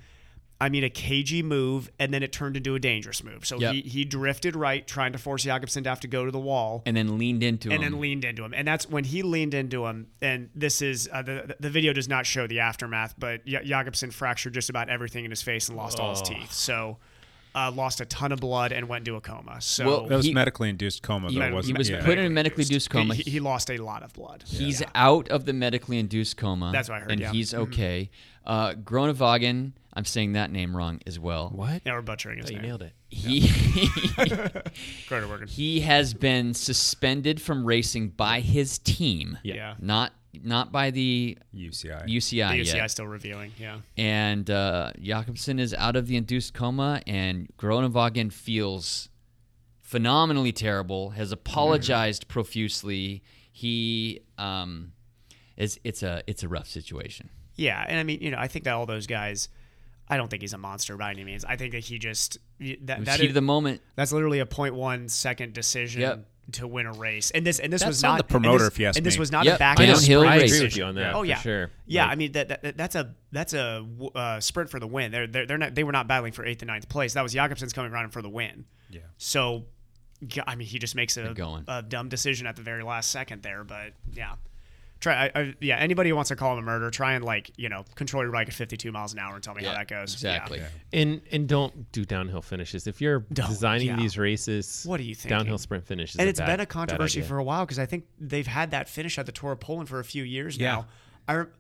I mean a cagey move and then it turned into a dangerous move. So Yep. he, he drifted right trying to force Jakobsen to have to go to the wall And then leaned into and him. then leaned into him. And that's when he leaned into him. And this is uh, the the video does not show the aftermath, but Ja- Jakobsen fractured just about everything in his face and lost all his teeth. So uh, lost a ton of blood and went into a coma. So Well, that was He- medically induced coma. he, though, wasn't he it? was Yeah. put in a medically induced coma. he, he lost a lot of blood. he's out of the medically induced coma. That's what I heard, And yeah. Mm-hmm. he's okay. Uh, Groenewegen, I'm saying that name wrong as well. what? Yeah, we're butchering Oh, his You name. nailed it. He Groenewegen. he has been suspended from racing by his team. Yeah. Not not by the UCI. UCI. The yet. UCI still reviewing. Yeah. and uh, Jakobsen is out of the induced coma, and Groenewegen feels phenomenally terrible. Has apologized profusely. He um, is it's a it's a rough situation. Yeah, and I mean, you know, I think that all those guys. I don't think he's a monster by any means. I think that he just that It was that heat is- of the moment. That's literally a 0.1 second decision Yep. to win a race. And this and this That's was on not the promoter, And this, if you ask and this me. was not a Yep, back I end know, sprint I agree with decision. you on that, Oh for yeah, sure. Yeah, Like- I mean that, that that's a that's a uh, sprint for the win. They're, they're they're not they were not battling for eighth and ninth place. That was Jakobsen's coming around for the win. Yeah. So, g- I mean, he just makes a, going. a dumb decision at the very last second there, but yeah. Try, I, I, yeah. Anybody who wants to call him a murder, try and like you know control your bike at 52 miles an hour and tell me Yeah, how that goes. Exactly. Yeah. And and don't do downhill finishes. If you're designing yeah. these races, What are you thinking? Downhill sprint finishes, and it's it's been a controversy for a while because I think they've had that finish at the Tour of Poland for a few years Yeah. now. I re-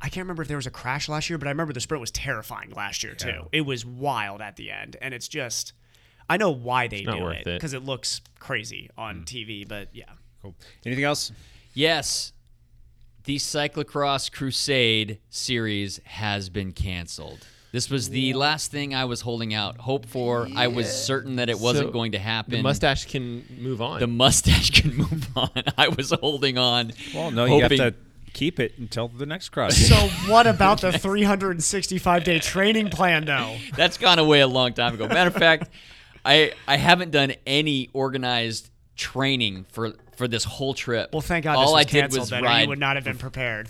I can't remember if there was a crash last year, but I remember the sprint was terrifying last year too. It was wild at the end, and it's just I know why they not do worth it it. Mm. because it. looks crazy on TV, but yeah, Cool. Anything else? Yes, the Cyclocross Crusade series has been canceled. This was the last thing I was holding out hope for. I was certain that it wasn't So, going to happen. The mustache can move on. The mustache can move on. I was holding on. Well, no, you hoping- have to keep it until the next cross. So what about the 365 day training plan though? That's gone away a long time ago. Matter of fact, I I haven't done any organized training for for this whole trip. Well, thank God All this was I did canceled. was then, or ride. you would not have been prepared.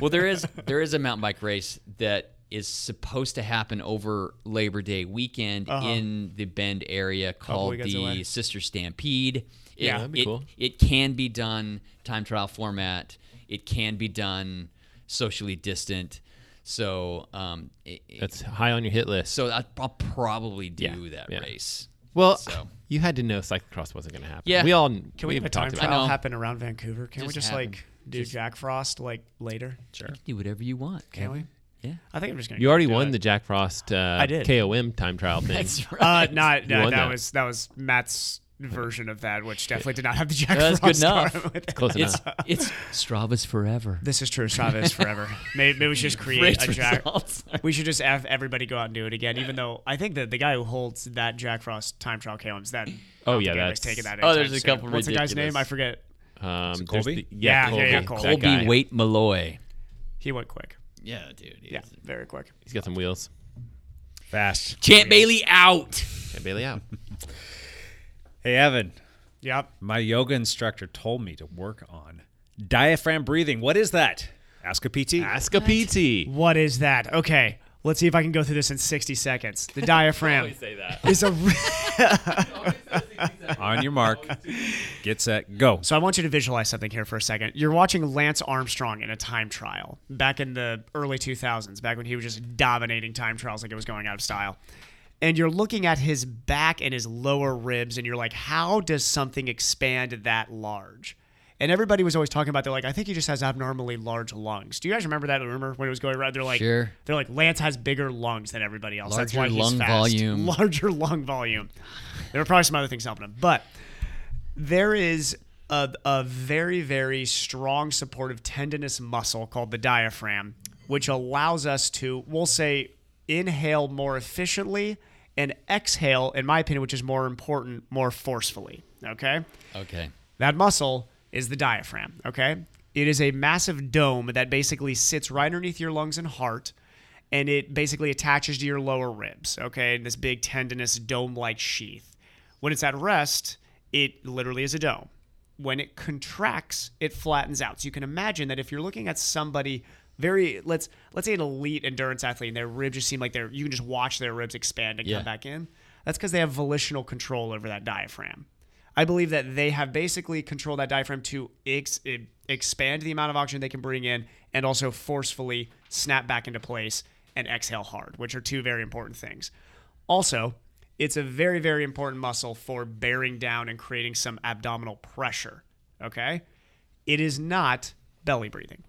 well, there is there is a mountain bike race that is supposed to happen over Labor Day weekend in the Bend area called Uh-huh. weekends the away. Sister Stampede. It, Yeah, that'd be it, cool. It can be done time trial format. It can be done socially distant. So um, it, it- That's high on your hit list. so I'll, I'll probably do Yeah, that yeah. race. well, so- you had to know cyclocross wasn't going to happen. Yeah. we all Can we we've have a time talked about. it. trial know. happen around Vancouver? Can we Just just happen. like do Jack Frost like later? Sure. You can do whatever you want. Can we? Yeah. I think I'm just gonna. You already do won it. the Jack Frost uh, I did. KOM time trial thing. That's right. Uh, not You no, won that that. was that was Matt's version of that, which definitely did not have the Jack That's good Frost arm enough. with it. Close it's enough. it's Strava's forever. This is true. Chavez forever. Maybe, maybe we should just create Race a Jack. results are- We should just have everybody go out and do it again. Even though I think that the guy who holds that Jack Frost time trial KOM's that. Oh, yeah, that's that's- taking that. Oh, anytime there's a soon. couple What's the guy's name? I ridiculous- forget. Um, it there's Colby? the- Yeah, yeah, yeah, yeah, Colby. Colby. That guy. Colby Wait Malloy. He went quick. Yeah, dude. he Yeah, was- very quick. He's got some wheels. Fast. Champ Bailey out. And Bailey out. Hey, Evan, Yep. my yoga instructor told me to work on diaphragm breathing. What is that? Ask a PT. Ask a PT. What is that? Okay, let's see if I can go through this in 60 seconds. The diaphragm Say that. is a. re- on your mark. Get set. Go. So I want you to visualize something here for a second. You're watching Lance Armstrong in a time trial back in the early 2000s, back when he was just dominating time trials like it was going out of style. And you're looking at his back and his lower ribs, and you're like, how does something expand that large? And everybody was always talking about, they're like, I think he just has abnormally large lungs. Do you guys remember that rumor when it was going around? They're like, Sure. they're like, Lance has bigger lungs than everybody else. That's why Larger he's lung fast. volume. Larger lung volume. There were probably some other things helping him, but there is a, a very, very strong supportive tendinous muscle called the diaphragm, which allows us to, we'll say, inhale more efficiently and exhale, in my opinion, which is more important, more forcefully. Okay? Okay. That muscle is the diaphragm, okay? It is a massive dome that basically sits right underneath your lungs and heart, and it basically attaches to your lower ribs, okay? In this big tendinous dome like sheath. When it's at rest, it literally is a dome. When it contracts, it flattens out. So you can imagine that if you're looking at somebody very let's let's say an elite endurance athlete and their ribs just seem like they're you can just watch their ribs expand and Yeah. come back in. That's because they have volitional control over that diaphragm. I believe that they have basically controlled that diaphragm to ex- e- expand the amount of oxygen they can bring in and also forcefully snap back into place and exhale hard, which are two very important things. Also, it's a very, very important muscle for bearing down and creating some abdominal pressure. Okay? It is not belly breathing.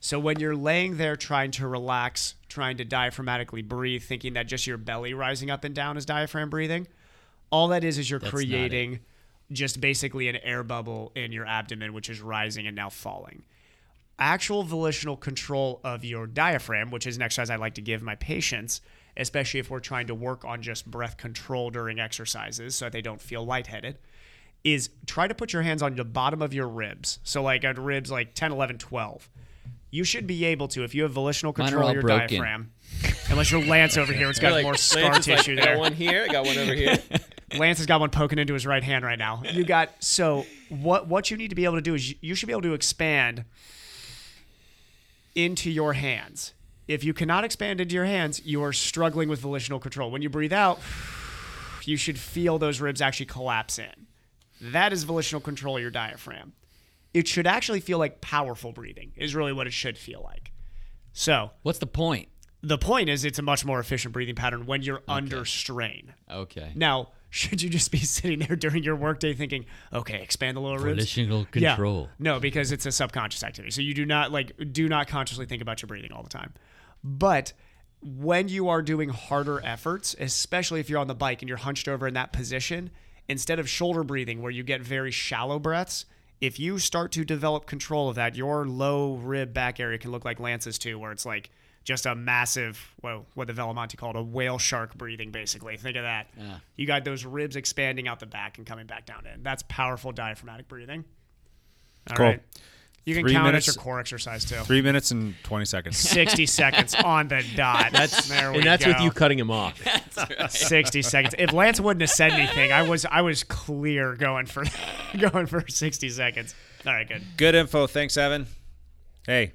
So when you're laying there trying to relax, trying to diaphragmatically breathe, thinking that just your belly rising up and down is diaphragm breathing, all that is is you're not it. creating just basically an air bubble in your abdomen, which is rising and now falling. Actual volitional control of your diaphragm, which is an exercise I like to give my patients, especially if we're trying to work on just breath control during exercises so that they don't feel lightheaded, is try to put your hands on the bottom of your ribs. So, like at ribs like 10, 11, 12. You should be able to, if you have volitional Mine are control all of your broken. diaphragm, unless you're Lance over here, it's got more scar tissue there. here. I got one over here. Lance has got one poking into his right hand right now. You got so what what you need to be able to do is you- you should be able to expand into your hands. If you cannot expand into your hands, you are struggling with volitional control. When you breathe out, you should feel those ribs actually collapse in. That is volitional control of your diaphragm. it should actually feel like powerful breathing is really what it should feel like. So What's the point? the point is it's a much more efficient breathing pattern when you're under strain. Okay. Now, should you just be sitting there during your workday thinking, okay, expand the lower ribs? Volitional Yeah. control. No, because it's a subconscious activity. So you do not like do not consciously think about your breathing all the time. But when you are doing harder efforts, especially if you're on the bike and you're hunched over in that position, instead of shoulder breathing where you get very shallow breaths, if you start to develop control of that, your low rib back area can look like Lance's too, where it's like just a massive, well, what the Vellamonte called a whale shark breathing, basically. Think of that. You got those ribs expanding out the back and coming back down in. That's powerful diaphragmatic breathing. All right, Cool. You can Three count minutes- it your core exercise too. Three minutes and twenty seconds. 60 seconds on the dot. That's there we and that's go. with you cutting him off. 60 seconds. If Lance wouldn't have said anything, I was I was clear going for going for 60 seconds. All right, good. Good info. Thanks, Evan. Hey,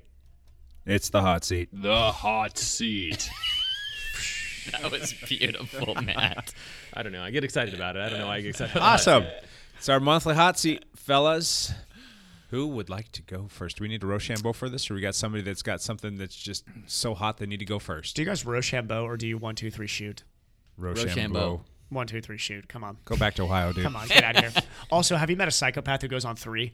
it's the hot seat. The hot seat. That was beautiful, Matt. I don't know. I get excited about it. I don't know why I get excited. about Awesome. It's our monthly hot seat, fellas. Who would like to go first? Do we need a Rochambeau for this, or we got somebody that's got something that's just so hot they need to go first? Do you guys Rochambeau or do you one two three shoot? Rochambeau. One two three shoot. Come on. Go back to Ohio, dude. Come on, get out of here. Also, have you met a psychopath who goes on three?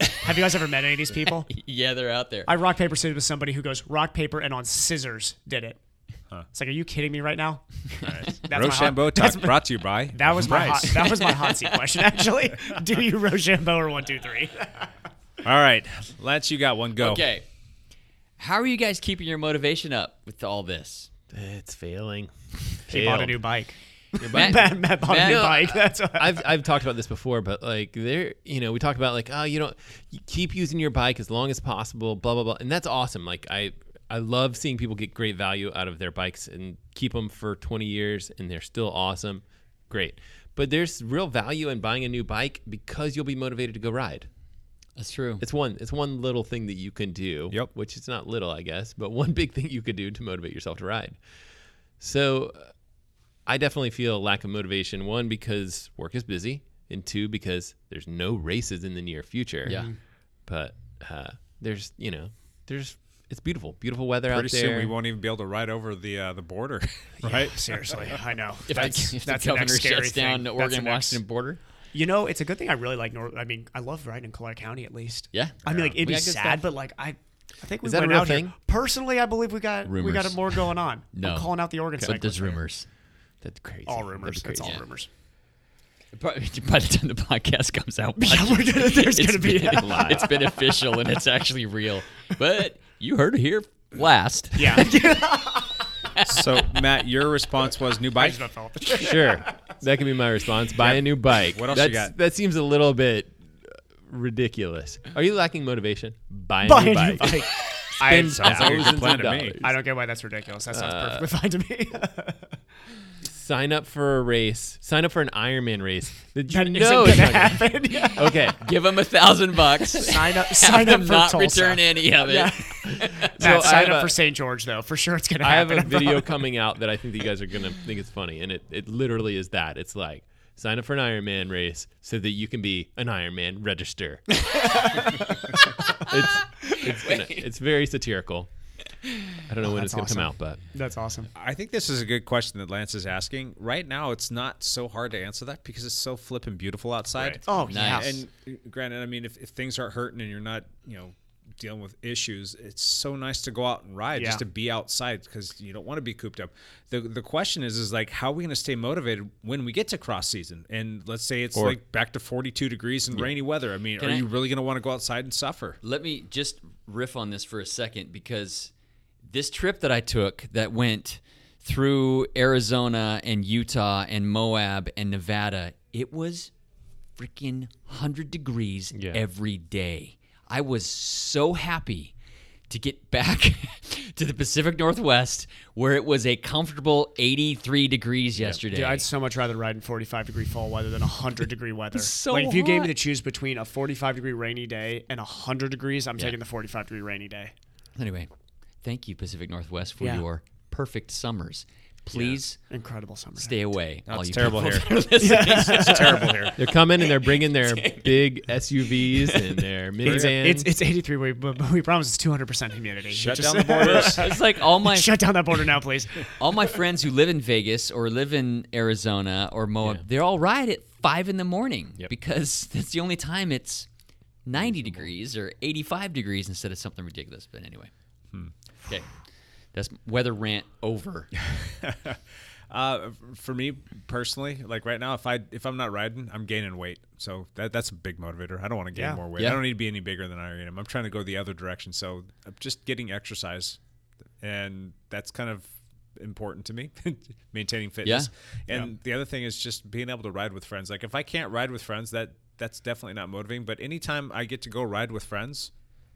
Have you guys ever met any of these people? Yeah, they're out there. I rock paper scissors with somebody who goes rock paper and on scissors did it. It's like, are you kidding me right now? That's my hot- Rochambeau that's talk brought to you by That was my hot, Bryce. that was my hot seat question. Actually, do you Rochambeau or one two three? All right, Lance, you got one. Go. Okay. How are you guys keeping your motivation up with all this? it. It's failing. He bought a new bike. Matt- Matt, Matt bought a new Matt- bike. That's what, I've, I've talked about this before, but like there, you know, we talk about like, oh, you don't you keep using your bike as long as possible, blah blah blah, and that's awesome. Like I I love seeing people get great value out of their bikes and keep them for 20 years and they're still awesome, great. But there's real value in buying a new bike because you'll be motivated to go ride. That's true. It's one it's one little thing that you can do. Yep. Which is not little, I guess, but one big thing you could do to motivate yourself to ride. So uh, I definitely feel a lack of motivation. One, because work is busy, and two, because there's no races in the near future. Yeah. But uh, there's you know, there's it's beautiful. Beautiful weather Pretty out there. soon we won't even be able to ride over the uh, the border, right? seriously, I know. If, I, if the that's the governor next scary shuts down thing. the That's Oregon the next- Washington border, You know, it's a good thing I really like. Nor- I mean, I love riding in Collier County at least. Yeah. I mean, like it'd be We got good sad, stuff. but like I, I think we Is that a went real out thing? here. Personally, I believe we got we got Rumors. more going on. No. I'm calling out the Oregon but cyclists. there's rumors. That's crazy. all That'd be rumors. It's crazy. all Yeah. rumors. By, by the time the podcast comes out, Yeah, we're gonna, there's it's gonna be been- it's been official and it's actually real. But you heard it here last. yeah. so, Matt, your response was new bike. Sure. That could be my response. Buy a new bike. What else you That's, got? That seems a little bit uh, ridiculous. Are you lacking motivation? Buy a Buy new a bike. new bike. It sounds like a thousands good of plan to me. dollars. I don't get why that's ridiculous. That sounds perfectly fine to me. Sign up for a race. Sign up for an Ironman race. That you That isn't know gonna it's not gonna- happen. Yeah. Okay. Give them a thousand bucks. Sign up. Have Sign up them for not Tulsa. return any of it. Matt, I sign have up a- for St. George though. For sure, it's gonna I have happen. a video coming out that I think that you guys are gonna think is funny, and it, it literally is that. It's like sign up for an Ironman race so that you can be an Ironman register. it's it's, gonna, it's very satirical. I Oh, don't know when it's gonna come out, but That's awesome. I think this is a good question that Lance is asking. Right now, it's not so hard to answer that because it's so flippin' beautiful outside. Oh yeah. Nice. And granted, I mean, if, if things aren't hurting and you're not, you know, dealing with issues, it's so nice to go out and ride Yeah. just to be outside because you don't want to be cooped up. The the question is, is like, how are we going to stay motivated when we get to cross season? And let's say it's like back to 42 degrees and rainy weather. I mean, Can are I- you really going to want to go outside and suffer? Let me just riff on this for a second because this trip that I took that went through Arizona and Utah and Moab and Nevada, it was freaking 100 degrees every day. I was so happy to get back to the Pacific Northwest where it was a comfortable 83 degrees yesterday. Dude, I'd so much rather ride in 45 degree fall weather than 100 degree weather. so like if you gave hot. me to choose between a 45 degree rainy day and 100 degrees, I'm taking the 45 degree rainy day. Anyway, thank you, Pacific Northwest, for Yeah. your perfect summers. Please, Incredible summer. stay away. No, all it's you terrible people here. that are listening. it's terrible here. They're coming and they're bringing their big SUVs and their It's, minivan. it's, it's 83. We, but we promise it's 200% humidity. Shut Just- down the borders. It's like all my Shut down that border now, please. all my friends who live in Vegas or live in Arizona or Moab, they're all right at five in the morning Yep. because that's the only time it's ninety degrees or eighty-five degrees instead of something ridiculous. But anyway, okay, that's weather rant over. Uh, for me personally, like right now, if I if I'm not riding, I'm gaining weight. So that that's a big motivator. I don't want to gain Yeah. more weight. Yeah. I don't need to be any bigger than I am. I'm trying to go the other direction. So I'm just getting exercise, and that's kind of important to me. Maintaining fitness. And the other thing is just being able to ride with friends. Like if I can't ride with friends, that that's definitely not motivating. But anytime I get to go ride with friends,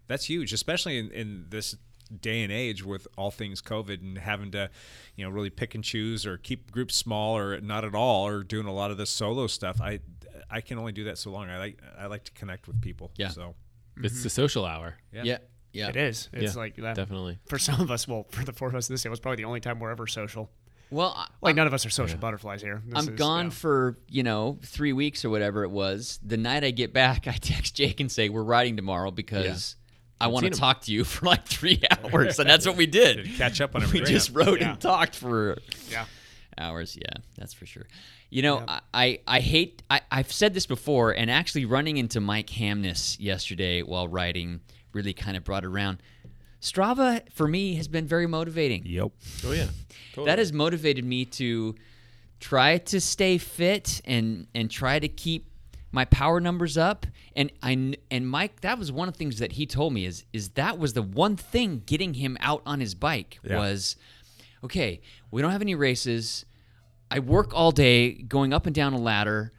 that's huge, especially in, in this day and age with all things COVID and having to, you know, really pick and choose or keep groups small or not at all or doing a lot of this solo stuff. I I can only do that so long. I like I like to connect with people. Yeah. So It's the social hour. Yeah. Yeah, yeah. It is. It's Yeah, like that. definitely. For some of us, well, for the four of us this year, it was probably the only time we're ever social. Well, I- Like, none of us are social butterflies here. This I'm is- gone yeah. for you know three weeks or whatever it was. The night I get back, I text Jake and say we're riding tomorrow because I want to seen him. talk to you for like three hours, and that's what we did. catch up on we everything. just rode and talked for Yeah. hours. Yeah, that's for sure. You know, I, I, I hate, I, I've said this before, and actually running into Mike Hamness yesterday while riding really kind of brought it around. Strava, for me, has been very motivating. Yep. Oh yeah. That has motivated me to try to stay fit and and try to keep my power numbers up. And I kn- and Mike, that was one of the things that he told me is is that was the one thing getting him out on his bike Yeah. was okay. We don't have any races. I work all day going up and down a ladder.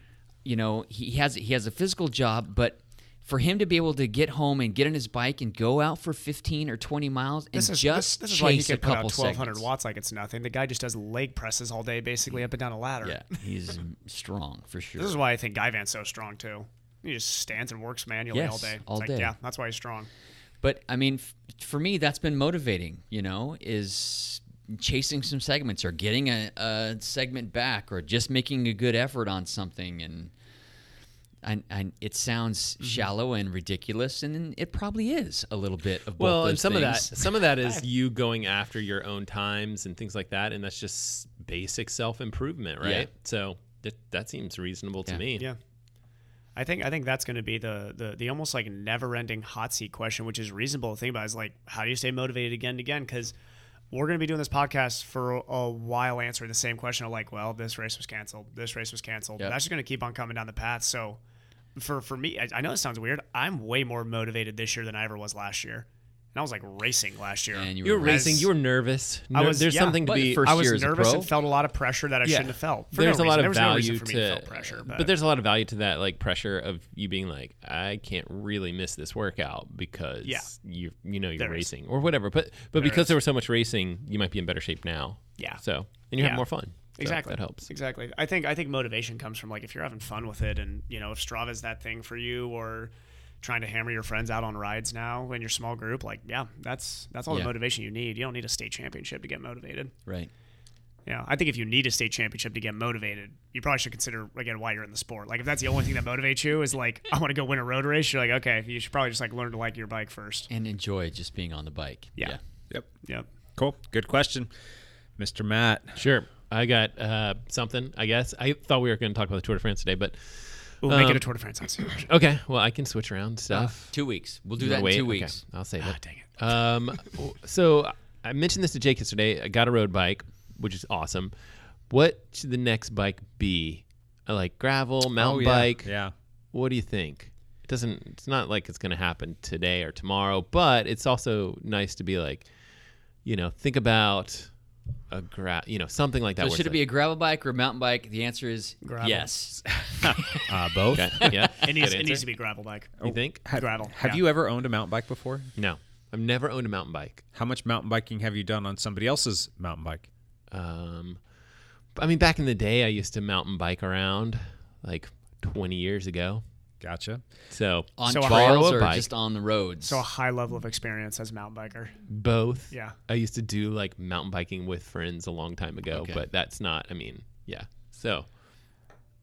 You know, he has he has a physical job, but for him to be able to get home and get on his bike and go out for 15 or 20 miles and This is just this, this is chase why he can a put out couple 1,200 seconds. watts like it's nothing. The guy just does leg presses all day, basically up and down a ladder. Yeah, he's strong for sure. This is why I think Guy Van's so strong too. He just stands and works manually Yes, all day. It's all like, day. Yeah, that's why he's strong. But I mean, f- for me, that's been motivating. You know, is chasing some segments or getting a, a segment back or just making a good effort on something and. And, and it sounds Mm-hmm. shallow and ridiculous, and it probably is a little bit of both Well, those and some of that, things. some of that is you going after your own times and things like that, and that's just basic self improvement, right? Yeah. So that that seems reasonable to Yeah. me. Yeah. I think I think that's going to be the, the the almost like never ending hot seat question, which is reasonable to think about. Is like, how do you stay motivated again and again? Because we're going to be doing this podcast for a while, answering the same question of like, well, this race was canceled, this race was canceled. Yep. That's just going to keep on coming down the path. So, for for me, I, I know it sounds weird. I'm way more motivated this year than I ever was last year, and I was like racing last year. And you You were were As- racing. You were nervous. I Ner- was- There's yeah. something to But be. first I was year as a nervous pro? and felt a lot of pressure that I shouldn't have felt. For there's no a reason. lot There of was no value reason for me to, feel pressure, but, but there's a lot of value to that like pressure of you being like, I can't really miss this workout because Yeah. you you know you're There is. racing or whatever. But but because there was so much racing, you might be in better shape now. Yeah. So and you Yeah. have more fun. So exactly That helps. exactly i think i think motivation comes from like if you're having fun with it and you know if strava's that thing for you or trying to hammer your friends out on rides now in your small group like yeah that's that's all the Yeah. motivation you need you don't need a state championship to get motivated right? yeah i think if you need a state championship to get motivated you probably should consider again why you're in the sport like if that's the only thing that motivates you is like i want to go win a road race you're like okay you should probably just like learn to like your bike first And enjoy just being on the bike. Yeah. Yep. yep Cool. Good question, Mr. Matt. Sure. I got uh, something, I guess. I thought we were going to talk about the Tour de France today, but we'll make Um, it a tour de france next year. okay. Well, I can switch around stuff. Two weeks. Uh, We'll do You that wanna in wait? two Okay, weeks. Ah, I'll save Ah, it. dang it. Um, w- so I mentioned this to Jake yesterday. I got a road bike, which is awesome. What should the next bike be? I like Oh, gravel, mountain bike. Oh, Yeah. What do you think? It doesn't. It's not like it's going to happen today or tomorrow, but it's also nice to be like, you know, think about a gra, you know, something like that. So where should it it's be a gravel bike or a mountain bike? The answer is Gravel. yes. Uh, both. like, okay, yeah? it, needs, Good it needs answer. to be gravel bike You think? gravel Have yeah. you ever owned a mountain bike before? No, I've never owned a mountain bike. How much mountain biking have you done on somebody else's mountain bike? Um, I mean, back in the day, I used to mountain bike around like 20 years ago. Gotcha. So On So a trails high- or bike. just on the roads? So a high level of experience as a mountain biker. both. Yeah. I used to do like mountain biking with friends a long time ago, Okay. but that's not. I mean, yeah. So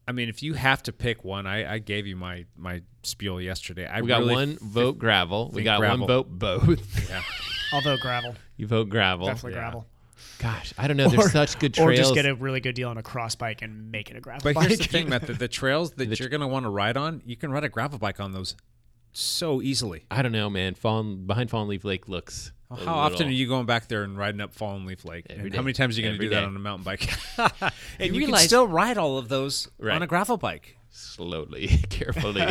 I mean, if you have to pick one, I, I gave you my my spiel yesterday. I we got really one vote gravel. We think got gravel. one vote both. Although gravel, you vote gravel. definitely gravel. Gosh, I don't know. There's Or- such good Or trails. just get a really good deal on a cross bike and make it a gravel But bike. here's the thing, Matt: that the trails that you're going to want to ride on, you can ride a gravel bike on those so easily. I don't know, man. Fallen behind Fallen Leaf Lake looks. a How little- often are you going back there and riding up Fallen Leaf Lake? Every And day. how many times are you going to Every do that day. on a mountain bike? and you, realize- can still ride all of those Right. on a gravel bike. slowly, carefully,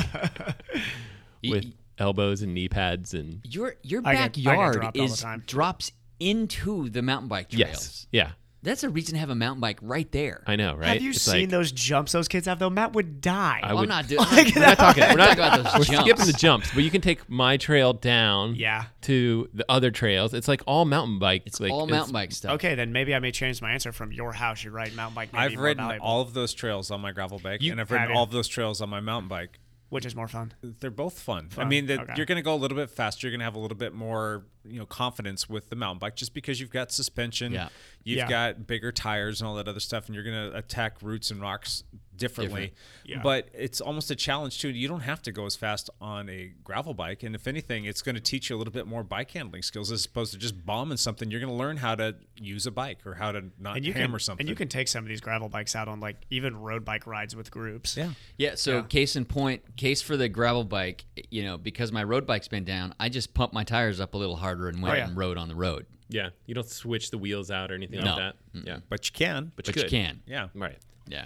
with elbows and knee pads and Your your I get- I get backyard dropped all the is time. drops into the mountain bike trails. yes, yeah. That's a reason to have a mountain bike right there. I know, right? Have you It's seen like, those jumps those kids have though? Matt would die. I Well, would- I'm not doing. We're not talking. We're not talking about those We're jumps. skipping the jumps, but you can take my trail down. Yeah. To the other trails, it's like all mountain bike. It's like, all mountain bike stuff. okay, then maybe I may change my answer from your house. You're right, mountain bike. May be I've more ridden valuable, all of those trails on my gravel bike, You- and I've have ridden you? all of those trails on my mountain bike. which is more fun. They're both fun. I mean, that okay. you're going to go a little bit faster. You're going to have a little bit more, you know, confidence with the mountain bike, just because you've got suspension, Yeah. you've Yeah. got bigger tires and all that other stuff, and you're going to attack roots and rocks differently. Yeah. But it's almost a challenge too. You don't have to go as fast on a gravel bike, and if anything, it's going to teach you a little bit more bike handling skills as opposed to just bombing something. You're going to learn how to use a bike or how to not And you hammer can something. and you can take some of these gravel bikes out on like even road bike rides with groups. yeah. Yeah. So case in point, case for the gravel bike. You know, because my road bike's been down, I just pumped my tires up a little harder and went Oh, yeah. and rode on the road. Yeah, you don't switch the wheels out or anything No. like that. Yeah, But you can. but, But you, you could. can. yeah. Right. Yeah.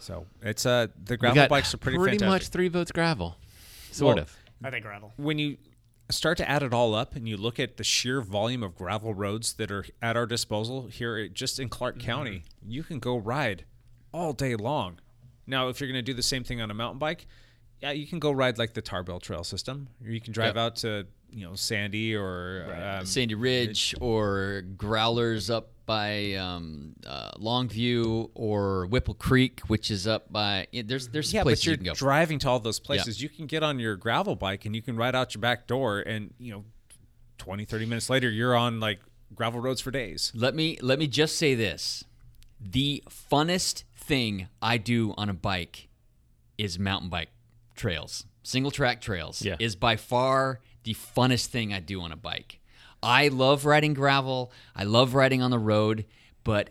So it's uh the We gravel got bikes are pretty, fantastic. much three votes gravel, sort Well, of. I think gravel. when you start to add it all up and you look at the sheer volume of gravel roads that are at our disposal here at- just in Clark Mm-hmm. County, you can go ride all day long. Now, if you're going to do the same thing on a mountain bike, yeah, you can go ride like the Tarbell Trail system. Or you can drive Yep. out to you know Sandy or um, Sandy Ridge or Growlers up by um, uh, Longview or Whipple Creek, which is up by. yeah, there's there's yeah, places but you're you can go. driving to all those places. You can get on your gravel bike and you can ride out your back door, and you know, 20, 30 minutes later, you're on like gravel roads for days. Let me let me just say this. The funnest thing I do on a bike is mountain bike trails. Single track trails Yeah. is by far the funnest thing I do on a bike. I love riding gravel. I love riding on the road, but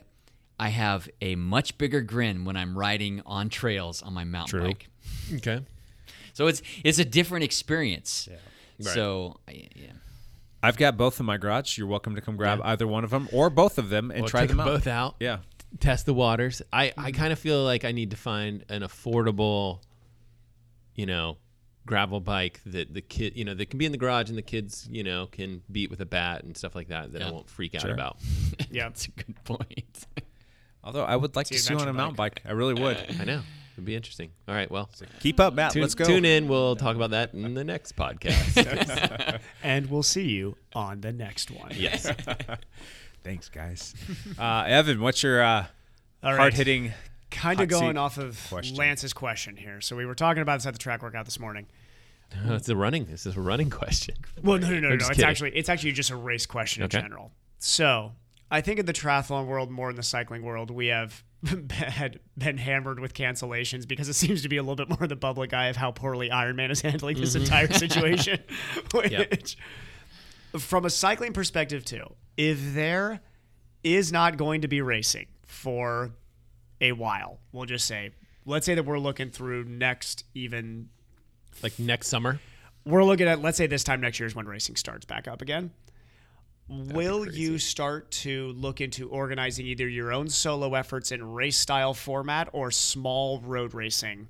I have a much bigger grin when I'm riding on trails on my mountain bike. Okay. So it's it's a different experience. So I- yeah. I've got both in my garage. You're welcome to come grab either one of them or both of them and Well, try take them out. both out. Yeah. Test the waters. I I Mm-hmm. kind of feel like I need to find an affordable, you know, gravel bike that the kid you know that can be in the garage and the kids you know can beat with a bat and stuff like that that I Yeah. won't freak out about. Yeah. That's a good point. Although I would like to an see you on a adventure mountain bike. I really would. I know. It'd be interesting. All right. Well, Keep up, Matt. tune, Let's go. tune in. We'll talk about that in the next podcast. And we'll see you on the next one. yes. Thanks, guys. uh, Evan, what's your uh, All right. hard hitting? Kind hot of going seat off of question. Lance's question here. So we were talking about this at the track workout this morning. Oh, it's a running. This is a running question. Well, no, no, no, no. It's just kidding. actually it's actually just a race question Okay. in general. So I think in the triathlon world, more in the cycling world, we have had been hammered with cancellations because it seems to be a little bit more the public eye of how poorly Ironman is handling this Mm-hmm. entire situation. Which, from a cycling perspective, too, if there is not going to be racing for a while, we'll just say, let's say that we're looking through next even Like next summer. we're looking at let's say this time next year is when racing starts back up again. Will you start to look into organizing either your own solo efforts in race style format or small road racing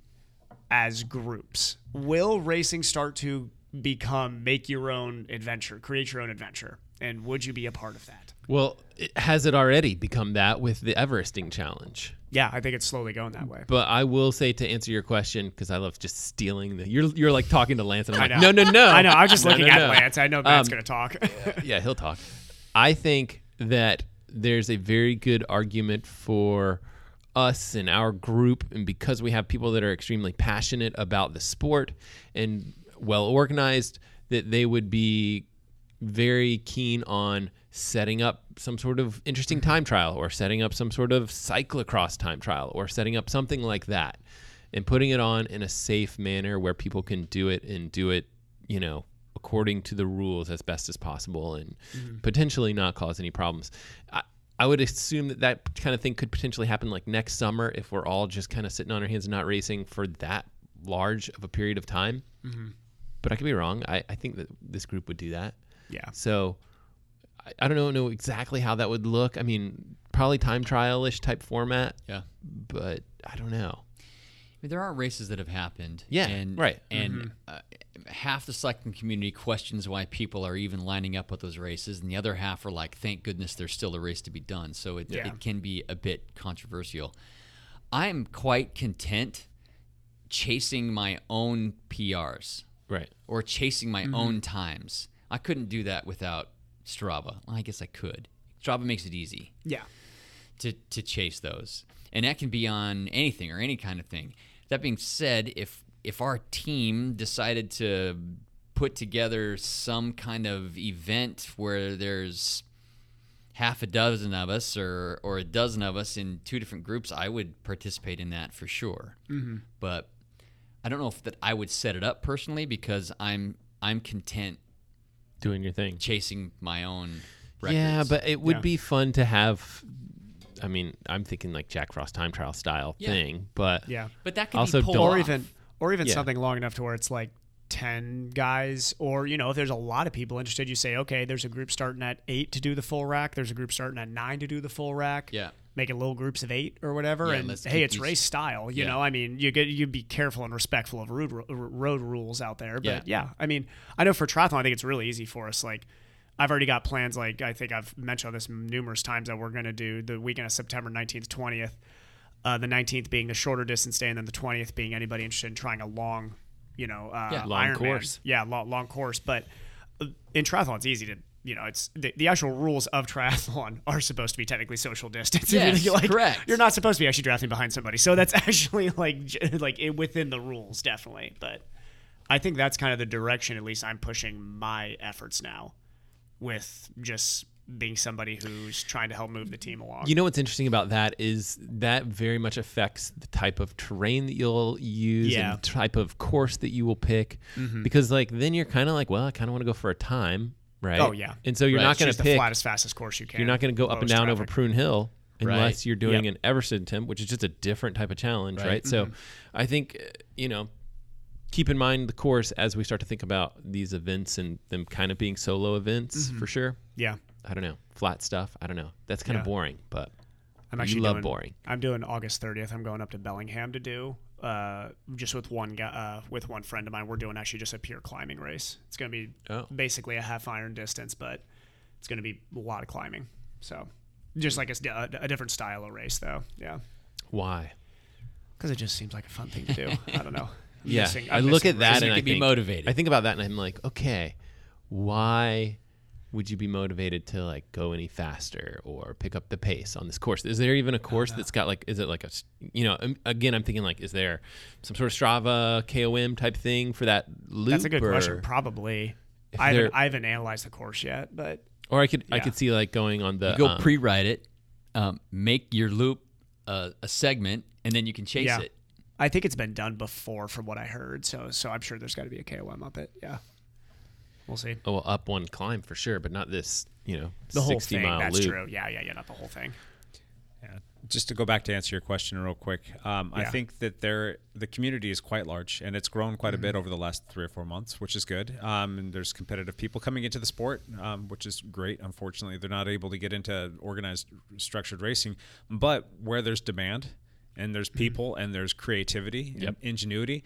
as groups? Will racing start to become make your own adventure, create your own adventure? And would you be a part of that? Well, it, has it already become that with the Everesting challenge? Yeah, I think it's slowly going that way. But I will say to answer your question because I love just stealing the. You're you're like talking to Lance and I'm I like, know. no, no, no. I know. I was just looking no, at no. Lance. I know Matt's Um, going to talk. yeah, he'll talk. I think that there's a very good argument for us and our group, and because we have people that are extremely passionate about the sport and well organized, that they would be very keen on setting up some sort of interesting time trial or setting up some sort of cyclocross time trial or setting up something like that and putting it on in a safe manner where people can do it and do it, you know, according to the rules as best as possible and potentially not cause any problems. I, I would assume that that kind of thing could potentially happen like next summer if we're all just kind of sitting on our hands and not racing for that large of a period of time. But I could be wrong. I, I think that this group would do that. Yeah. So I, I don't know, know exactly how that would look. I mean, probably time trial ish type format. Yeah. But I don't know. I mean, there are races that have happened. Yeah, and, right. And uh, half the cycling community questions why people are even lining up with those races, and the other half are like, "Thank goodness there's still a race to be done." So it, Yeah. it can be a bit controversial. I'm quite content chasing my own PRs Right. or chasing my own times. I couldn't do that without Strava. Well, I guess I could. Strava makes it easy Yeah. to, to chase those. And that can be on anything or any kind of thing. That being said, if if our team decided to put together some kind of event where there's half a dozen of us or or a dozen of us in two different groups, I would participate in that for sure. But I don't know if that I would set it up personally because I'm I'm content Doing your thing. chasing my own records. Yeah, but it would Yeah. be fun to have. I mean, I'm thinking like Jack Frost time trial style Yeah. thing, but Yeah. but that could Also be pulled don't- or off. even or even Yeah. something long enough to where it's like 10 guys or you know if there's a lot of people interested you say okay there's a group starting at 8 to do the full rack there's a group starting at 9 to do the full rack Yeah. make it little groups of 8 or whatever Yeah, and let's hey keep it's these- race style you Yeah. know i mean you get you'd be careful and respectful of road, ru- r- road rules out there but Yeah. yeah. i mean i know for triathlon i think it's really easy for us like I've already got plans. Like I think I've mentioned this numerous times that we're going to do the weekend of September 19th, 20th. Uh, the 19th being the shorter distance day, and then the 20th being anybody interested in trying a long, you know, uh, Yeah, long Ironman. course. Yeah, long, long course. But uh, in triathlon, it's easy to. You know, it's the, the actual rules of triathlon are supposed to be technically social distance. Yes, You're like, correct. You're not supposed to be actually drafting behind somebody, so that's actually like j- like it, within the rules, definitely. But I think that's kind of the direction at least I'm pushing my efforts now with just being somebody who's trying to help move the team along. You know what's interesting about that is that very much affects the type of terrain that you'll use Yeah. Mm-hmm. and the type of course that you will pick. Because like then you're kind of like, well, I kind of want to go for a time, right? Oh, yeah. And so you're Right. not going Choose to the pick. flattest, fastest course you can. You're not going to go up and lowest down over traffic. Prune Hill Right. unless you're doing Yep. an Everson attempt, which is just a different type of challenge, Right. right? So I think, uh, you know, keep in mind the course as we start to think about these events and them kind of being solo events for sure. Yeah, I don't know. Flat stuff. I don't know. That's kind Yeah. of boring, but I'm You actually love doing, boring. I'm doing August 30th. I'm going up to Bellingham to do uh, just with one guy, uh, with one friend of mine. We're doing actually just a pure climbing race. It's going to be Oh. basically a half iron distance, but it's going to be a lot of climbing. So just like it's a, a different style of race, though. Yeah, why? because it just seems like a fun thing to do. I don't know. I'm Yeah. missing- I I'm look missing at that races. and you I can be think- motivated. I think about that and I'm like, okay, why would you be motivated to like go any faster or pick up the pace on this course? Is there even a Uh-huh. course that's got like, is it like a, s- you know, um, again, I'm thinking like, is there some sort of Strava KOM type thing for that loop? That's a good or, question. Probably. If I haven't, they're- I haven't analyzed the course yet, but Or I could, I Yeah. could see like going on the go um, pre-write it, um, make your loop uh, a segment, and then you can chase Yeah. it. I think it's been done before, from what I heard. So, so I'm sure there's got to be a KOM up it. Yeah, we'll see. oh, well, up one climb for sure, but not this, you know, The whole 60 thing. mile That's loop. true. Yeah, yeah, yeah. Not the whole thing. just to go back to answer your question real quick, um, I Yeah. think that there the community is quite large and it's grown quite a bit over the last three or four months, which is good. Um, and there's competitive people coming into the sport, um, which is great. Unfortunately, they're not able to get into organized, structured racing, but where there's demand and there's people and there's creativity and ingenuity.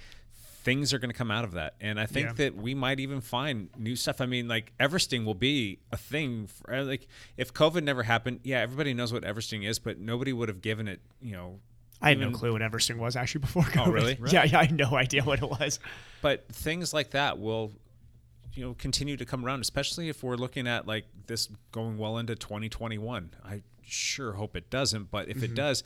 Things are going to come out of that, and I think Yeah. that we might even find new stuff. I mean, like Everesting will be a thing. For, like if COVID never happened, yeah, everybody knows what Everesting is, but nobody would have given it. You know, I had no Oh, even- clue what Eversting was actually before. COVID. really? Yeah, yeah. I had no idea what it was. But things like that will you know continue to come around, especially if we're looking at like this going well into 2021. I sure hope it doesn't, but if it Mhm. does,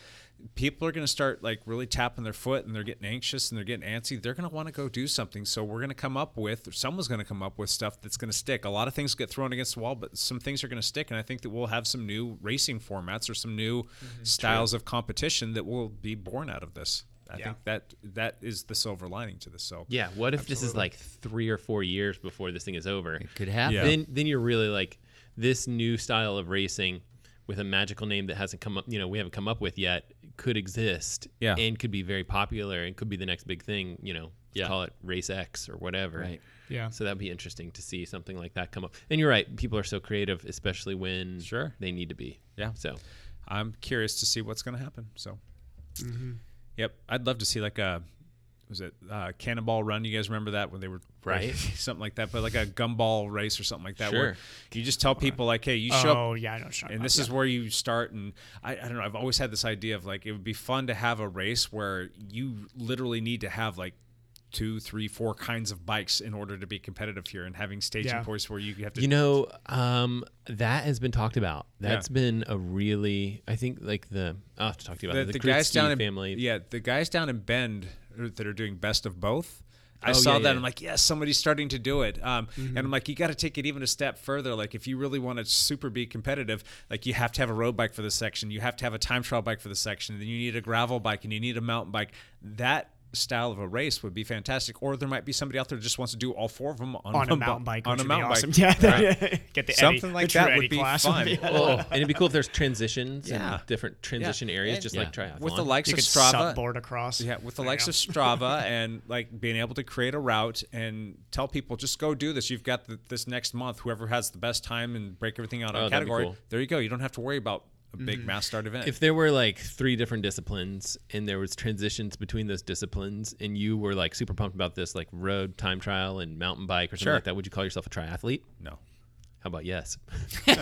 people are going to start like really tapping their foot and they're getting anxious and they're getting antsy. They're going to want to go do something. So we're going to come up with, someone's going to come up with stuff that's going to stick. A lot of things get thrown against the wall, but some things are going to stick. And I think that we'll have some new racing formats or some new styles of competition that will be born out of this. I Yeah. think that that is the silver lining to this. So Yeah. What if this is Absolutely. like three or four years before this thing is over? It could happen. Yeah. Then, then you're really like this new style of racing with a magical name that hasn't come up. You know, we haven't come up with yet. Could exist. Yeah. And could be very popular and could be the next big thing. You know. Yeah. Call it race X or whatever. Right. Yeah. So that'd be interesting to see something like that come up. And you're right. People are so creative, especially when Sure. they need to be. Yeah. So I'm curious to see what's going to happen. So, Mm-hmm. yep, I'd love to see like a was it uh, Cannonball Run? You guys remember that when they were Right. something like that, but like a gumball race or something like that. Where Sure. you just tell people like, hey, you show Oh up. yeah, I know. what you're talking And about. this Yeah. is where you start, and I, I don't know. I've always had this idea of like it would be fun to have a race where you literally need to have like two, three, four kinds of bikes in order to be competitive here, and having staging Yeah. points where you have to You know, um, that has been talked about. Yeah. That's been a really, I think, like the I'll have to talk to you about the, it. the, the, guys Krutsky down in family. yeah the guys down in Bend are- that are doing best of both. I Oh, saw yeah, that. yeah. I'm like, yes, somebody's starting to do it. Um, And I'm like, you got to take it even a step further. Like, if you really want to super be competitive, like you have to have a road bike for this section, you have to have a time trial bike for this section, then you need a gravel bike and you need a mountain bike. That style of a race would be fantastic. Or there might be somebody out there who just wants to do all four of them on, on a one bu- mountain bike. On which a would be mountain awesome. bike, Yeah. Right. Get the something Eddie- like the that true would Eddie be class. fun. Oh, and it'd be cool if there's transitions Yeah. and different transition areas, And- just like Yeah. triathlon. with the likes You of could Strava, board across. Yeah, with the There you likes go. of Strava and like being able to create a route and tell people just go do this. You've got the, this next month. Whoever has the best time and break everything out on Oh, that'd be category, cool. there you go. You don't have to worry about a big mass start event. if there were like three different disciplines and there was transitions between those disciplines, and you were like super pumped about this, like road time trial and mountain bike or something Sure. like that, would you call yourself a triathlete? no, How about yes? How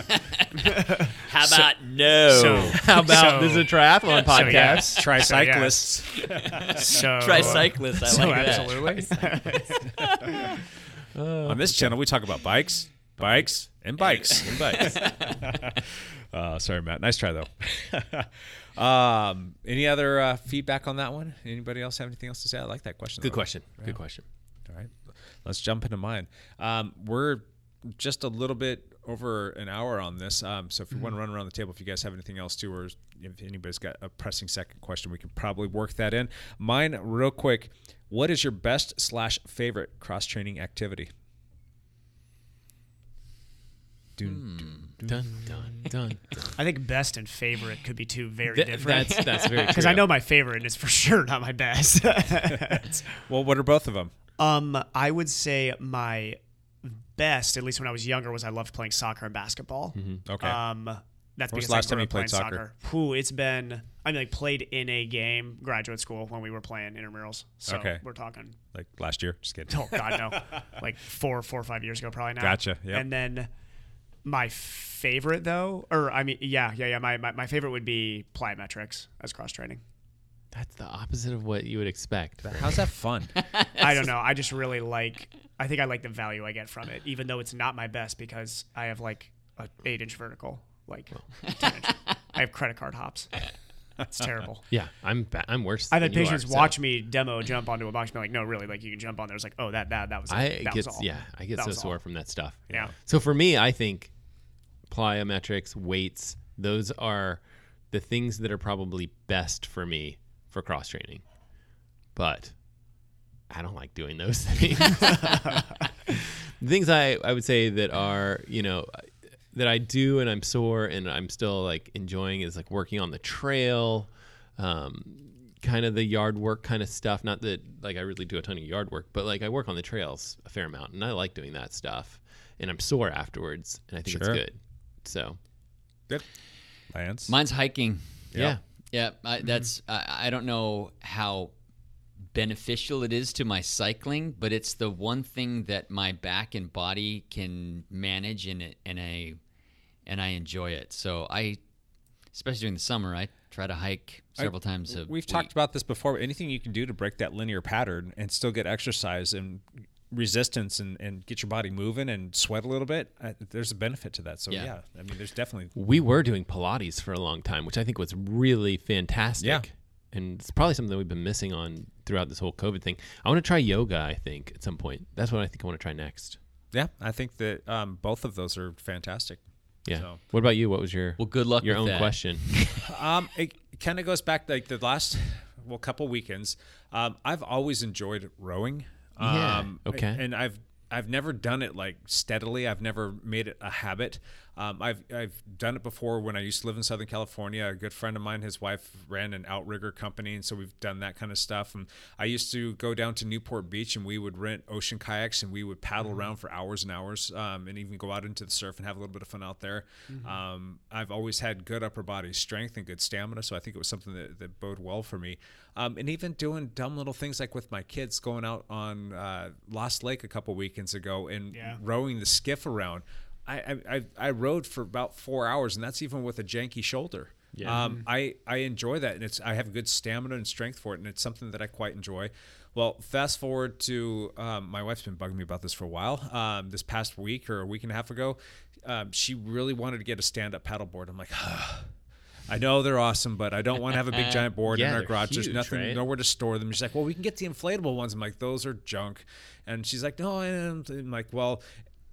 about no? How about So- this is a triathlon podcast? So, yes. So, tricyclists. yes. So, uh, Tricyclist, I So like that. absolutely. On this channel, we talk about bikes, bikes, and bikes, and bikes. uh, sorry, Matt. Nice try though. um, any other uh, feedback on that one? Anybody else have anything else to say? I like that question. Good though. question. Good question. All right. Let's jump into mine. Um, we're just a little bit over an hour on this. Um, so if you want to run around the table, if you guys have anything else to, or if anybody's got a pressing second question, we can probably work that in. Mine, real quick. What is your best slash favorite cross training activity? Done, done, done. I think best and favorite could be two very Th- different. that's that's very Because I know my favorite is for sure not my best. Well, what are both of them? um, I would say my best, at least when I was younger, was I loved playing soccer and basketball. Mm-hmm. Okay. Um, that's When was because the last time I grew you up played playing soccer? soccer. Whew, it's been I mean like played in a game graduate school when we were playing intramurals. So Okay. we're talking like last year. Just kidding. oh god no, like four four or five years ago probably now. Gotcha, yep. And then my favorite though, or I mean yeah yeah yeah my my, my favorite would be plyometrics as cross training. That's the opposite of what you would expect. How's that fun? I don't know. I just really like. I think I like the value I get from it, even though it's not my best because I have like a eight inch vertical, like 10 inch. I have credit card hops. It's terrible. Yeah, I'm ba- I'm worse. I've had than you patients are, so watch me demo jump onto a box and be like, no, really, like you can jump on there. It's like, oh, that that that was. it. I that was get all. yeah, I get That so was all. sore from that stuff. Yeah. So for me, I think plyometrics, weights, those are the things that are probably best for me for cross training. But I don't like doing those things. the things I, I would say that are, you know, that I do and I'm sore and I'm still like enjoying is like working on the trail, um, kind of the yard work kind of stuff. Not that like I really do a ton of yard work, but like I work on the trails a fair amount and I like doing that stuff. And I'm sore afterwards and I think Sure. it's good. So, Good. Lance. Mine's hiking. yeah. Yeah, I, Mm-hmm. that's I, I don't know how beneficial it is to my cycling, but it's the one thing that my back and body can manage, and it and I and I enjoy it. So I, especially during the summer, I try to hike several times a We've week. talked about this before. But anything you can do to break that linear pattern and still get exercise and resistance and, and get your body moving and sweat a little bit, I, there's a benefit to that. So Yeah. yeah. I mean, there's definitely We were doing Pilates for a long time, which I think was really fantastic. Yeah. And it's probably something that we've been missing on throughout this whole COVID thing. I want to try yoga, I think, at some point. That's what I think I want to try next. yeah. I think that um, both of those are fantastic. Yeah. So. What about you? What was your Well, good luck your with own that. question? Um, it kind of goes back like the last well couple weekends. Um, I've always enjoyed rowing. Yeah, Um, okay. And I've I've never done it like steadily. I've never made it a habit. Um, I've I've done it before when I used to live in Southern California. A good friend of mine, his wife ran an outrigger company, and so we've done that kind of stuff. And I used to go down to Newport Beach, and we would rent ocean kayaks, and we would paddle around for hours and hours, um, and even go out into the surf and have a little bit of fun out there. Um, I've always had good upper body strength and good stamina, so I think it was something that, that bode well for me. Um, and even doing dumb little things like with my kids going out on uh, Lost Lake a couple weekends ago and rowing the skiff around. I, I- I I rowed for about four hours, and that's even with a janky shoulder. Yeah. Um, I I enjoy that, and it's I have good stamina and strength for it, and it's something that I quite enjoy. Well, fast forward to um, my wife's been bugging me about this for a while. Um, this past week or a week and a half ago, um, she really wanted to get a stand up paddleboard. I'm like. I know they're awesome, but I don't want to have a big giant board Yeah, in our they're garage. There's huge, nothing, right? nowhere to store them. She's like, well, we can get the inflatable ones. I'm like, those are junk. And she's like, no. And I'm like, well,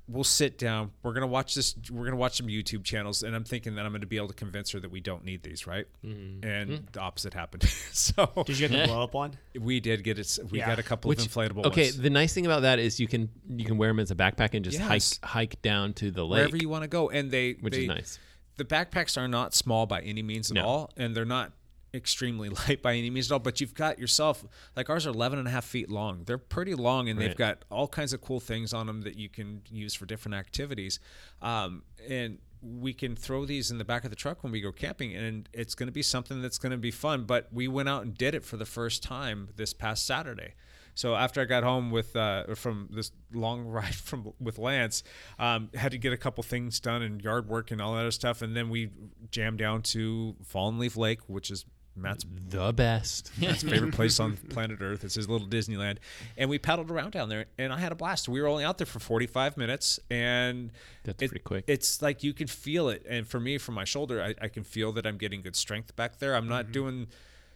we'll sit down. We're gonna watch this. We're gonna watch some YouTube channels. And I'm thinking that I'm gonna be able to convince her that we don't need these, right? Mm-hmm. And Hmm. the opposite happened. so Did you get the blow up one? we did get it. We Yeah. got a couple of inflatable okay, ones. the nice thing about that is you can you can wear them as a backpack and just Yes. hike hike down to the lake. wherever you want to go. And they, Which is they- nice. The backpacks are not small by any means at No. all, and they're not extremely light by any means at all. But you've got yourself like ours are 11 and a half feet long. They're pretty long, and Right. they've got all kinds of cool things on them that you can use for different activities. Um, and we can throw these in the back of the truck when we go camping, and it's going to be something that's going to be fun. But we went out and did it for the first time this past Saturday. So after I got home with uh, from this long ride from with Lance, um, had to get a couple things done and yard work and all that other stuff, and then we jammed down to Fallen Leaf Lake, which is Matt's the best. Matt's favorite place on planet Earth. It's his little Disneyland, and we paddled around down there, and I had a blast. We were only out there for 45 minutes, and That's it- pretty quick. It's like you can feel it, and for me, from my shoulder, I, I can feel that I'm getting good strength back there. I'm not doing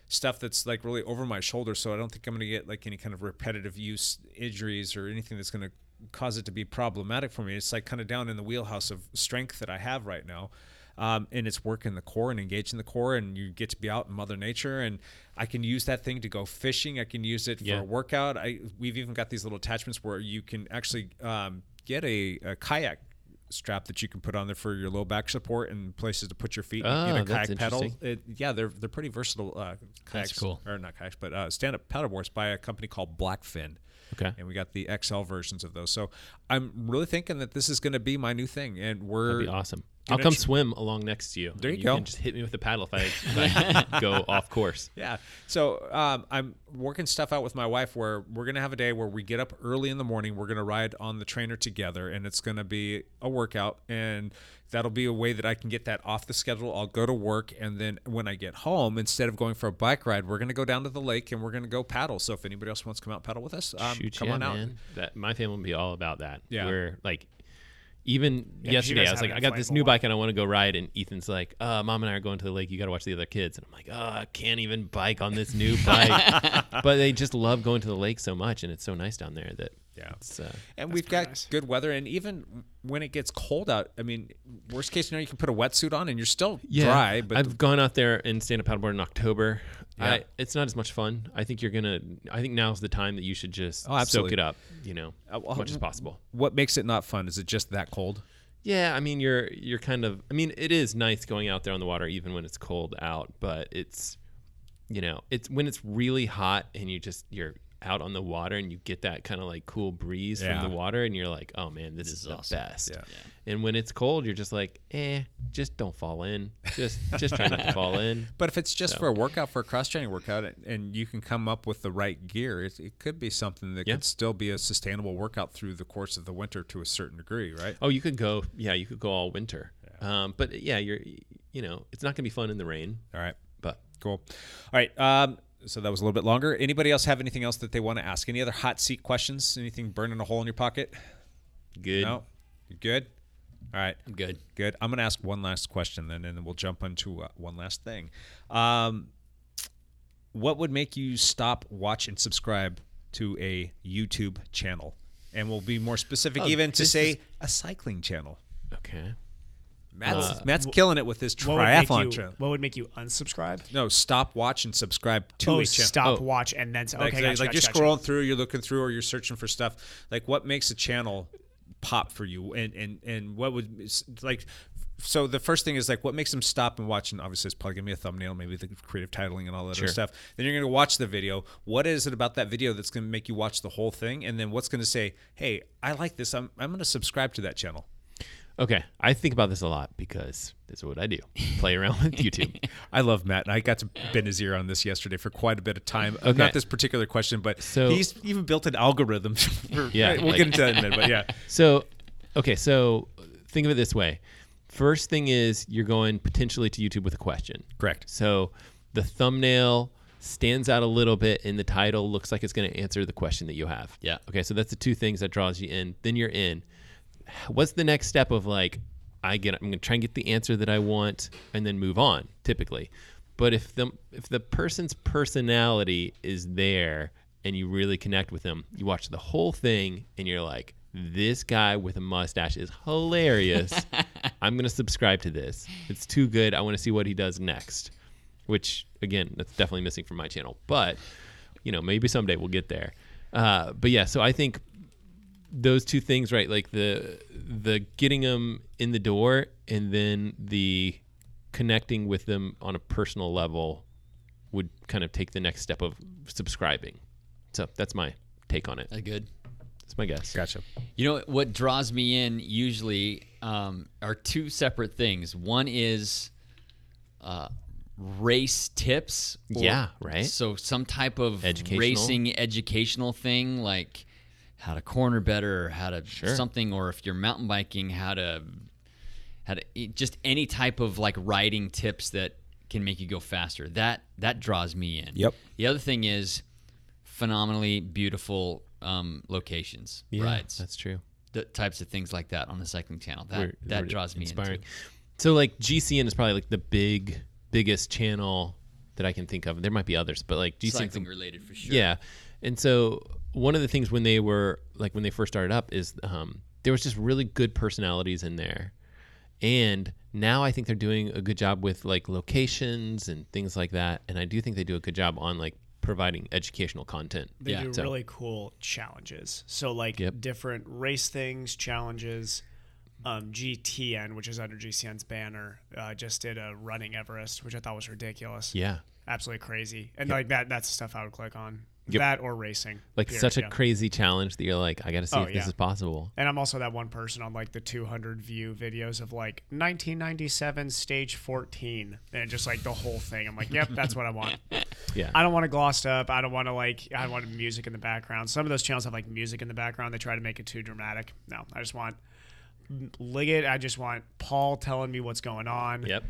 stuff that's like really over my shoulder, so I don't think I'm going to get like any kind of repetitive use injuries or anything that's going to cause it to be problematic for me. It's like kind of down in the wheelhouse of strength that I have right now. Um, and it's working the core and engaging the core, and you get to be out in Mother Nature. And I can use that thing to go fishing. I can use it for Yeah. a workout. I we've even got these little attachments where you can actually um, get a, a kayak strap that you can put on there for your low back support and places to put your feet in Oh, a that's kayak pedal. interesting. It, yeah, they're they're pretty versatile. Uh, kayaks, cool. Or not kayaks, but uh, stand up paddleboards by a company called Blackfin. Okay. And we got the XL versions of those. So I'm really thinking that this is going to be my new thing, and we're That'd be awesome. Gonna I'll come tr- swim along next to you. There and you go. Can just hit me with a paddle if I, if I go off course. Yeah. So um, I'm working stuff out with my wife where we're going to have a day where we get up early in the morning. We're going to ride on the trainer together, and it's going to be a workout. And that'll be a way that I can get that off the schedule. I'll go to work. And then when I get home, instead of going for a bike ride, we're going to go down to the lake and we're going to go paddle. So if anybody else wants to come out and paddle with us, um, Shoot, come yeah, on out. man. That my family would be all about that. Yeah. We're like, even you yesterday, guys I was have like, an I got this inflatable new one. bike and I want to go ride, and Ethan's like, uh, Mom and I are going to the lake. You got to watch the other kids, and I'm like, oh, I can't even bike on this new bike. but they just love going to the lake so much, and it's so nice down there that Yeah. it's, uh, And we've got good weather, and even when it gets cold out, I mean, worst case scenario, you can put a wetsuit on and you're still dry. But I've gone out there and stand up paddleboard in October. Yeah. I, it's not as much fun. I think you're gonna. I think now's the time that you should just Oh, soak absolutely. it up. You know, Uh, well, as much as w- possible. what makes it not fun? Is it just that cold? Yeah, I mean, you're you're kind of. I mean, it is nice going out there on the water even when it's cold out, but it's, you know, it's when it's really hot and you just you're out on the water and you get that kind of like cool breeze Yeah. from the water and you're like, oh man, this, This is, is the awesome. best. Yeah. And when it's cold, you're just like, eh, just don't fall in. Just just try not to fall in. But if it's just for a workout, for a cross training workout, and- and you can come up with the right gear, it, it could be something that Yeah. could still be a sustainable workout through the course of the winter to a certain degree, right? Oh, you could go. Yeah, you could go all winter. Um, but yeah, you're, you know, it's not gonna be fun in the rain. All right, But cool. All right. Um, so that was a little bit longer. Anybody else have anything else that they want to ask? Any other hot seat questions? Anything burning a hole in your pocket? Good. No, You're good. All right, I'm good. Good. I'm gonna ask one last question then, and then we'll jump into uh, one last thing. Um, what would make you stop, watch, and subscribe to a YouTube channel? And we'll be more specific, Oh, even to this say is- a cycling channel. Okay. Matt's, Uh, Matt's killing it with his What would, make triathlon you, channel. what would make you unsubscribe? No, stop, watch, and subscribe to oh, a channel. stop, Oh. watch, and then okay, Like, gotcha, like gotcha, you're gotcha. scrolling through, you're looking through, or you're searching for stuff. Like, what makes a channel pop for you? And and and what would like? So the first thing is like, what makes them stop and watch? And obviously, it's probably gonna be a thumbnail, maybe the creative titling and all that Sure. other stuff. Then you're gonna watch the video. What is it about that video that's gonna make you watch the whole thing? And then what's gonna say, hey, I like this. I'm I'm gonna subscribe to that channel. Okay. I think about this a lot because this is what I do play around with YouTube. I love Matt, and I got to bend his ear on this yesterday for quite a bit of time. Okay. Not this particular question, but So- he's even built an algorithm. For, Yeah, we'll like- get into that in a minute. But yeah, So, okay, so think of it this way. First thing is you're going potentially to YouTube with a question. Correct. So the thumbnail stands out a little bit and the title looks like it's going to answer the question that you have. Yeah. Okay, so that's the two things that draws you in. Then you're in. What's the next step of like I get I'm going to try and get the answer that I want and then move on typically. But if the if the person's personality is there and you really connect with them, you watch the whole thing and you're like this guy with a mustache is hilarious. I'm going to subscribe to this. It's too good. I want to see what he does next which again that's definitely missing from my channel but you know maybe someday we'll get there uh, but yeah so i think those two things right like the the getting them in the door and then the connecting with them on a personal level would kind of take the next step of subscribing so that's my take on it I good. that's my guess gotcha. You know what draws me in usually um, are two separate things. One is uh, race tips. Yeah, right. So some type of Educational. racing educational thing, like how to corner better, or how to something, or if you're mountain biking, how to how to it- just any type of like riding tips that can make you go faster. That that draws me in. Yep. The other thing is phenomenally beautiful um, locations. yeah rides that's true the types of things like that on the cycling channel. That We're- that we're draws me inspiring. into. it. So like GCN is probably like the big biggest channel that I can think of. There might be others, but like GCN, 's the- Cycling related for sure. yeah. And so one of the things when they were like when they first started up is um, there was just really good personalities in there, and now I think they're doing a good job with like locations and things like that. And I do think they do a good job on like providing educational content. They Yeah, do so- really cool challenges. So like Yep. different race things, challenges. Um, GTN, which is under GCN's banner, uh, just did a running Everest, which I thought was ridiculous. Yeah. absolutely crazy. And like that, that's the stuff I would click on. Yep. That or racing. Like period, such a yeah. crazy challenge that you're like, I got to see Oh, if this yeah. is possible. And I'm also that one person on like the 200 view videos of like 1997 stage 14 and just like the whole thing. I'm like, yep, that's what I want. Yeah. I don't want it glossed up. I don't want to like, I don't want music in the background. Some of those channels have like music in the background. They try to make it too dramatic. No, I just want Liggett. I just want Paul telling me what's going on. Yep.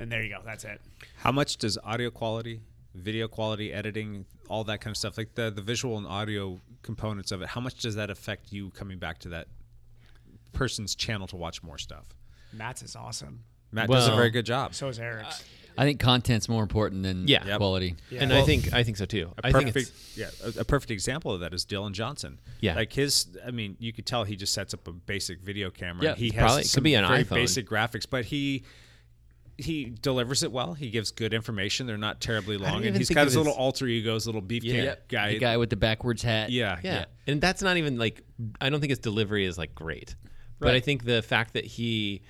And there you go. That's it. How much does audio quality, video quality, editing, all that kind of stuff, like the the visual and audio components of it, how much does that affect you coming back to that person's channel to watch more stuff? Matt's is awesome. Matt does a Well- very good job. So is Eric's. Uh, I think content's more important than Yeah. Yep. quality. And I think I think so too. I a think perfect, it's, yeah, a, a perfect example of that is Dylan Johnson. Yeah. like his, I mean, you could tell he just sets up a basic video camera. Yeah, he it's has probably- it could some be an very iPhone. basic graphics, but he he delivers it well. He gives good information. They're not terribly long, and even he's think got of his little his- alter egos, little beefcake Yeah. guy. the guy with the backwards hat. yeah, Yeah. And that's not even like I don't think his delivery is like great. But Right. I think the fact that he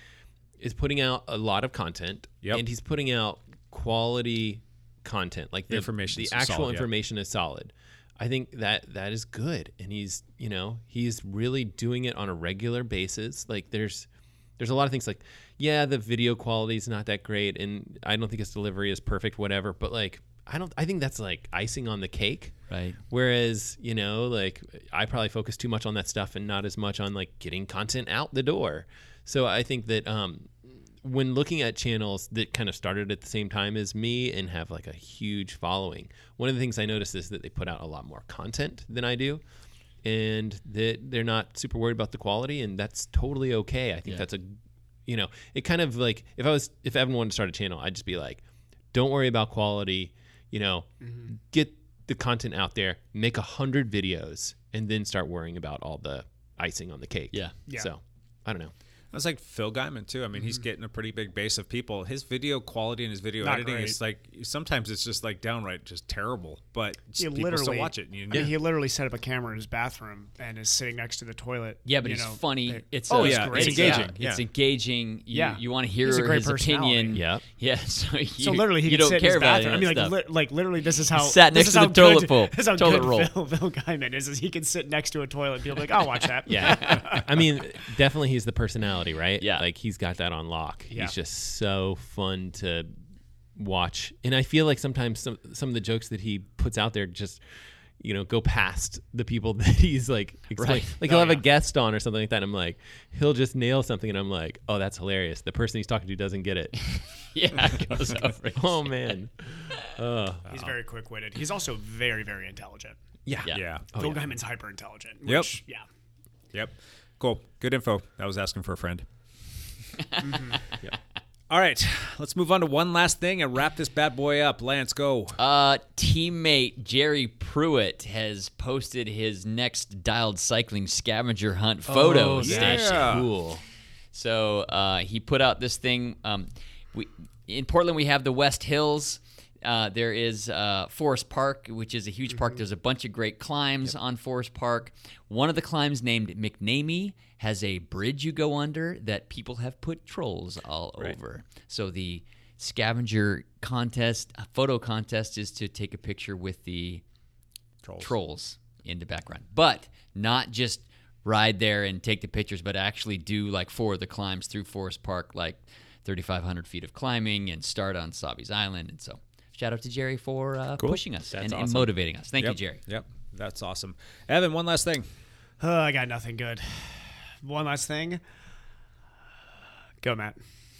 is putting out a lot of content Yep. and he's putting out quality content. Like the information's the actual solid, yeah. information is solid. I think that that is good and he's, you know, he's really doing it on a regular basis. Like there's there's a lot of things like yeah, the video quality is not that great and I don't think his delivery is perfect whatever, but like I don't I think that's like icing on the cake. Right. Whereas, you know, like I probably focus too much on that stuff and not as much on like getting content out the door. So I think that um, when looking at channels that kind of started at the same time as me and have like a huge following, one of the things I noticed is that they put out a lot more content than I do and that they're not super worried about the quality and that's totally okay. I think Yeah. that's a you know, it kind of like if I was if Evan wanted to start a channel, I'd just be like, don't worry about quality, you know, Mm-hmm. get the content out there, make a hundred videos, and then start worrying about all the icing on the cake. Yeah. Yeah. So I don't know. That's like Phil Guyman too. I mean, he's getting a pretty big base of people. His video quality and his video Mm-hmm. Not editing great. is like sometimes it's just like downright just terrible, but He people still literally- watch it. and You I mean, he literally set up a camera in his bathroom and is sitting next to the toilet. Yeah, but you he's know, funny. there. It's Oh, a- yeah, it's it's engaging, out. yeah. It's engaging. You, Yeah. you want to hear He's a great his opinion. personality. Yeah. yeah. So, you, So literally, he you could don't sit care in his about bathroom. any I of mean, that like, stuff. li- like literally, this is how sat this next is to how the toilet good, bowl- This is how toilet good roll. Phil, Phil Guyman is. is He can sit next to a toilet. and People are like, I'll watch that. Yeah. I mean, definitely he's the personality, right? Yeah. Like he's got that on lock. Yeah. He's just so fun to watch. And I feel like sometimes some some of the jokes that he puts out there just you know, go past the people that he's like, explain- Right. like he'll have a guest on or something like that. And I'm like, he'll just nail something, and I'm like, oh, that's hilarious. The person he's talking to doesn't get it. yeah, it goes over. his- oh man, He's very quick witted. He's also very, very intelligent. yeah, yeah, Oh, Yeah. Phil Guyman's hyper intelligent. Yep. Which, yeah. yep. Cool, good info. I was asking for a friend. Mm-hmm. All right, let's move on to one last thing and wrap this bad boy up. Lance, go. Uh, teammate Jerry Pruitt has posted his next dialed cycling scavenger hunt photo. Oh, station. that's yeah. cool. So uh, he put out this thing. Um, we, in Portland, we have the West Hills. Uh, there is uh, Forest Park, which is a huge park. There's a bunch of great climbs on Forest Park. One of the climbs, named McNamee, has a bridge you go under that people have put trolls all over. So the scavenger contest, uh, photo contest, is to take a picture with the trolls. in the background, but not just ride there and take the pictures, but actually do like four of the climbs through Forest Park, like 3,500 feet of climbing, and start on Sabi's Island. And so, shout out to Jerry for uh, pushing us and, and motivating us. Thank Yep. you, Jerry. Yep, that's awesome. Evan, one last thing. Oh, I got nothing good. One last thing. Go, Matt.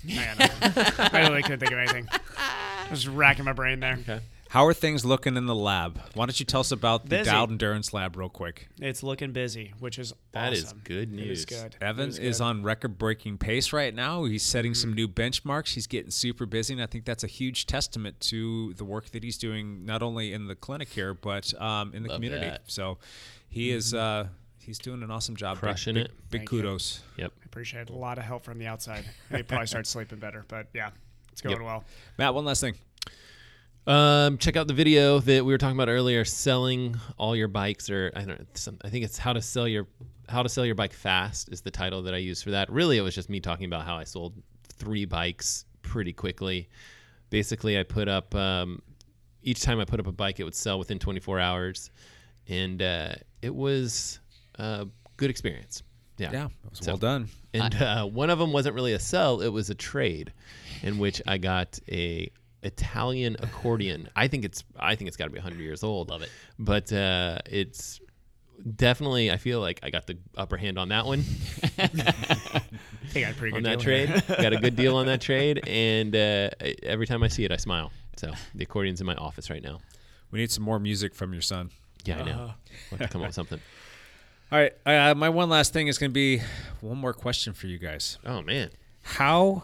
I, got nothing. I really couldn't think of anything. I was racking my brain there. How are things looking in the lab? Why don't you tell us about the Busy. Dialed Endurance Lab real quick? It's looking busy, which is That is awesome. good It is news. good. Evan It is good. on record breaking pace right now. He's setting some new benchmarks. He's getting super busy. And I think that's a huge testament to the work that he's doing, not only in the clinic here, but um, in the community. that. So he is, uh, he's doing an awesome job. Big- Crushing big, it. Big kudos. Yep. Appreciate a lot of help from the outside. They probably start sleeping better, but yeah, it's going Yep. well. Matt, one last thing. Um, check out the video that we were talking about earlier. Selling all your bikes, or I don't, know, some, I think it's how to sell your how to sell your bike fast is the title that I used for that. Really, it was just me talking about how I sold three bikes pretty quickly. Basically, I put up um, each time I put up a bike, it would sell within 24 hours, and uh, it was a good experience. Yeah, Yeah, that was So- well done. and uh, one of them wasn't really a sell; it was a trade, in which I got a Italian accordion. I think it's I think it's got to be 100 years old. Love it, but uh, it's definitely I feel like I got the upper hand on that one I think I had a pretty on good that deal trade. here. got a good deal on that trade, and uh, I- every time I see it, I smile. So the accordion's in my office right now. We need some more music from your son. Yeah, I know. We'll have to come up with something. All right. Uh, my one last thing is going to be one more question for you guys. Oh man, how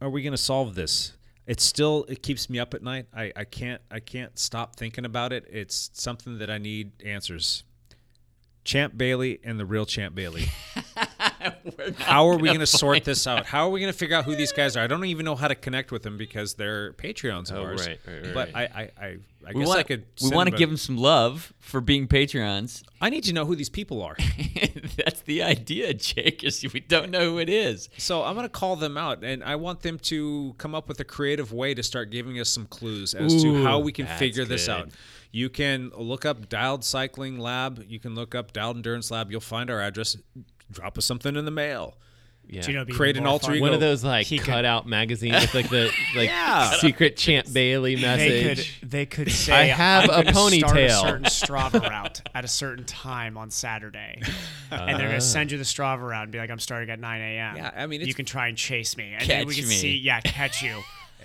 are we going to solve this it's still it keeps me up at night I, I can't i can't stop thinking about it it's something that i need answers champ bailey and the real champ bailey how are we going to sort this out how are we going to figure out who these guys are i don't even know how to connect with them because they're patreons of Oh, ours right, right, right, but right. i i i, I We guess wanna- i could we send want them to a- give them some love for being Patreons. i need to know who these people are That's the idea, Jake. Is we don't know who it is. So I'm going to call them out, and I want them to come up with a creative way to start giving us some clues as to how we can figure this out. You can look up Dialed Cycling Lab. You can look up Dialed Endurance Lab. You'll find our address. Drop us something in the mail. Yeah. Ginobi would Create be an more alter fun. ego. One of those like He could- cutout magazines with like the like Yeah. secret Champ Bailey They message. could they could say I have I'm a gonna Start a ponytail." certain Strava route at a certain time on Saturday, and they're gonna send you the Strava route and be like, "I'm starting at 9 a.m." Yeah, I mean, you it's- can try and chase me, and then we Catch can me. see, yeah, catch you.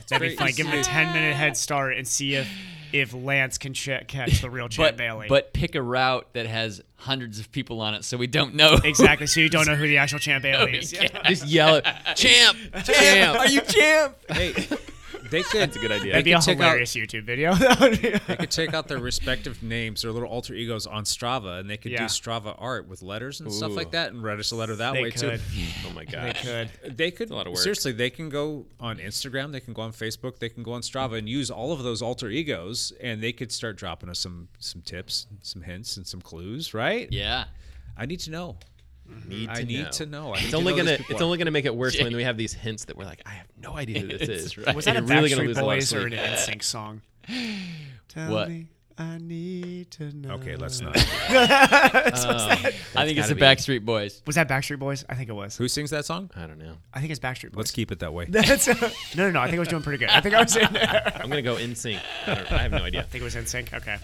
That'd be great. fun. Give him a 10 minute head start and see if if Lance can ch- catch the real Champ but, Bailey. but pick a route that has hundreds of people on it so we don't know. exactly, so you don't know who the actual Champ Bailey is. Just yell it, champ, Champ, champ. are you champ? Hey, they could. That's a good idea. That'd be a hilarious YouTube video. That would be- They could take out their respective names, their little alter egos on Strava, and they could Yeah. do Strava art with letters and stuff Ooh. like that, and write us a letter that They way could. too. Oh my gosh. uh, They could a lot of work. seriously. They can go on Instagram. They can go on Facebook. They can go on Strava and use all of those alter egos, and they could start dropping us some some tips, some hints, and some clues. Right? Yeah. I need to know. Need I to need know. to know. I need It's to only know these gonna people it's are. only gonna make it worse when we have these hints that we're like, I have no idea who this is. right. Was that a You're really gonna Backstreet lose a lot of Boys or an sleep. NSYNC song? Tell What? me I need to know. Okay, let's not. I think it's the gotta Backstreet Boys. Was that Backstreet Boys? I think it was. Who sings that song? I don't know. I think it's Backstreet Let's Boys. keep it that way. That's no, no, no. I think I was doing pretty good. I think I was in. I I'm gonna go in sync. I, don't, I have no idea. think it was in sync. Okay,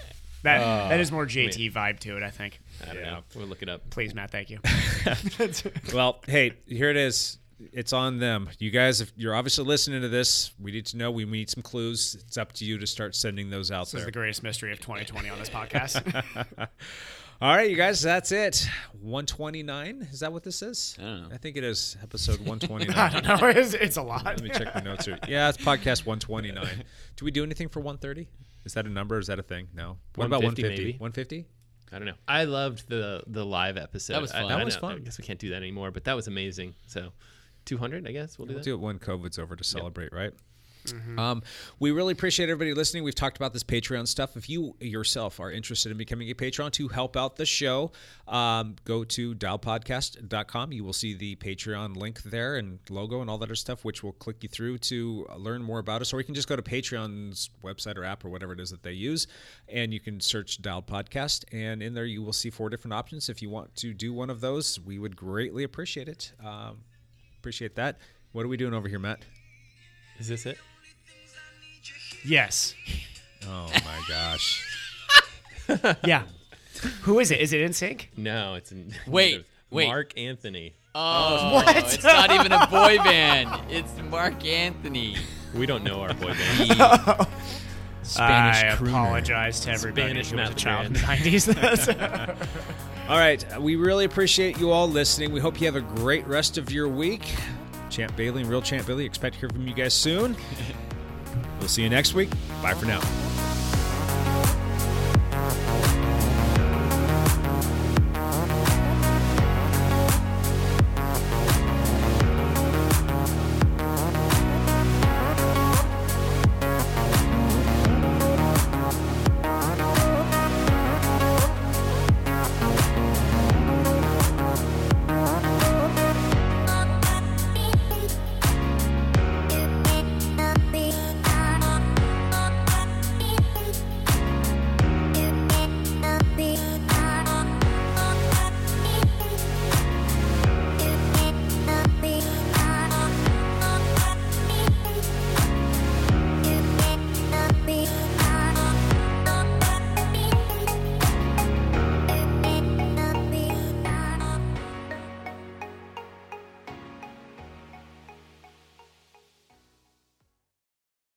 that that is more JT vibe to it. I think. I don't know. We'll look it up. Please, Matt. Thank you. Well, hey, here it is. It's on them. You guys, if you're obviously listening to this, we need to know. We need some clues. It's up to you to start sending those out This is there. the greatest mystery of 2020 on this podcast. All right, you guys, that's it. 129. Is that what this is? I don't know. I think it is episode 129. I don't know. It's, it's a lot. Let me check my notes here. Yeah, it's podcast 129. Do we do anything for 130? Is that a number? Is that a thing? No. What about 150? 150 maybe. 150? I don't know. I loved the the live episode. That was I- fun. I That was know- I fun. guess we can't do that anymore, but that was amazing. So, 200, I guess we'll do We'll that. do it when COVID's over to celebrate, right? Um, we really appreciate everybody listening. We've talked about this Patreon stuff. If you yourself are interested in becoming a patron to help out the show, um, go to dialpodcast.com. You will see the Patreon link there and logo and all that other stuff, which will click you through to learn more about us. Or you can just go to Patreon's website or app or whatever it is that they use, and you can search Dial Podcast. And in there, you will see four different options. If you want to do one of those, we would greatly appreciate it. Um, appreciate that. What are we doing over here, Matt? Is this it? Yes. Oh my gosh. Yeah. Who is it? Is it in sync? No, it's in, Wait, wait. Mark Anthony. Oh, it's not even a boy band. It's Mark Anthony. We don't know our boy band. The Spanish I crooner. apologize to everybody Spanish who was a Matt child in the 90s. All right. uh, We really appreciate you all listening. We hope you have a great rest of your week. Champ Bailey and Real Champ Bailey expect to hear from you guys soon. we'll see you next week. Bye for now.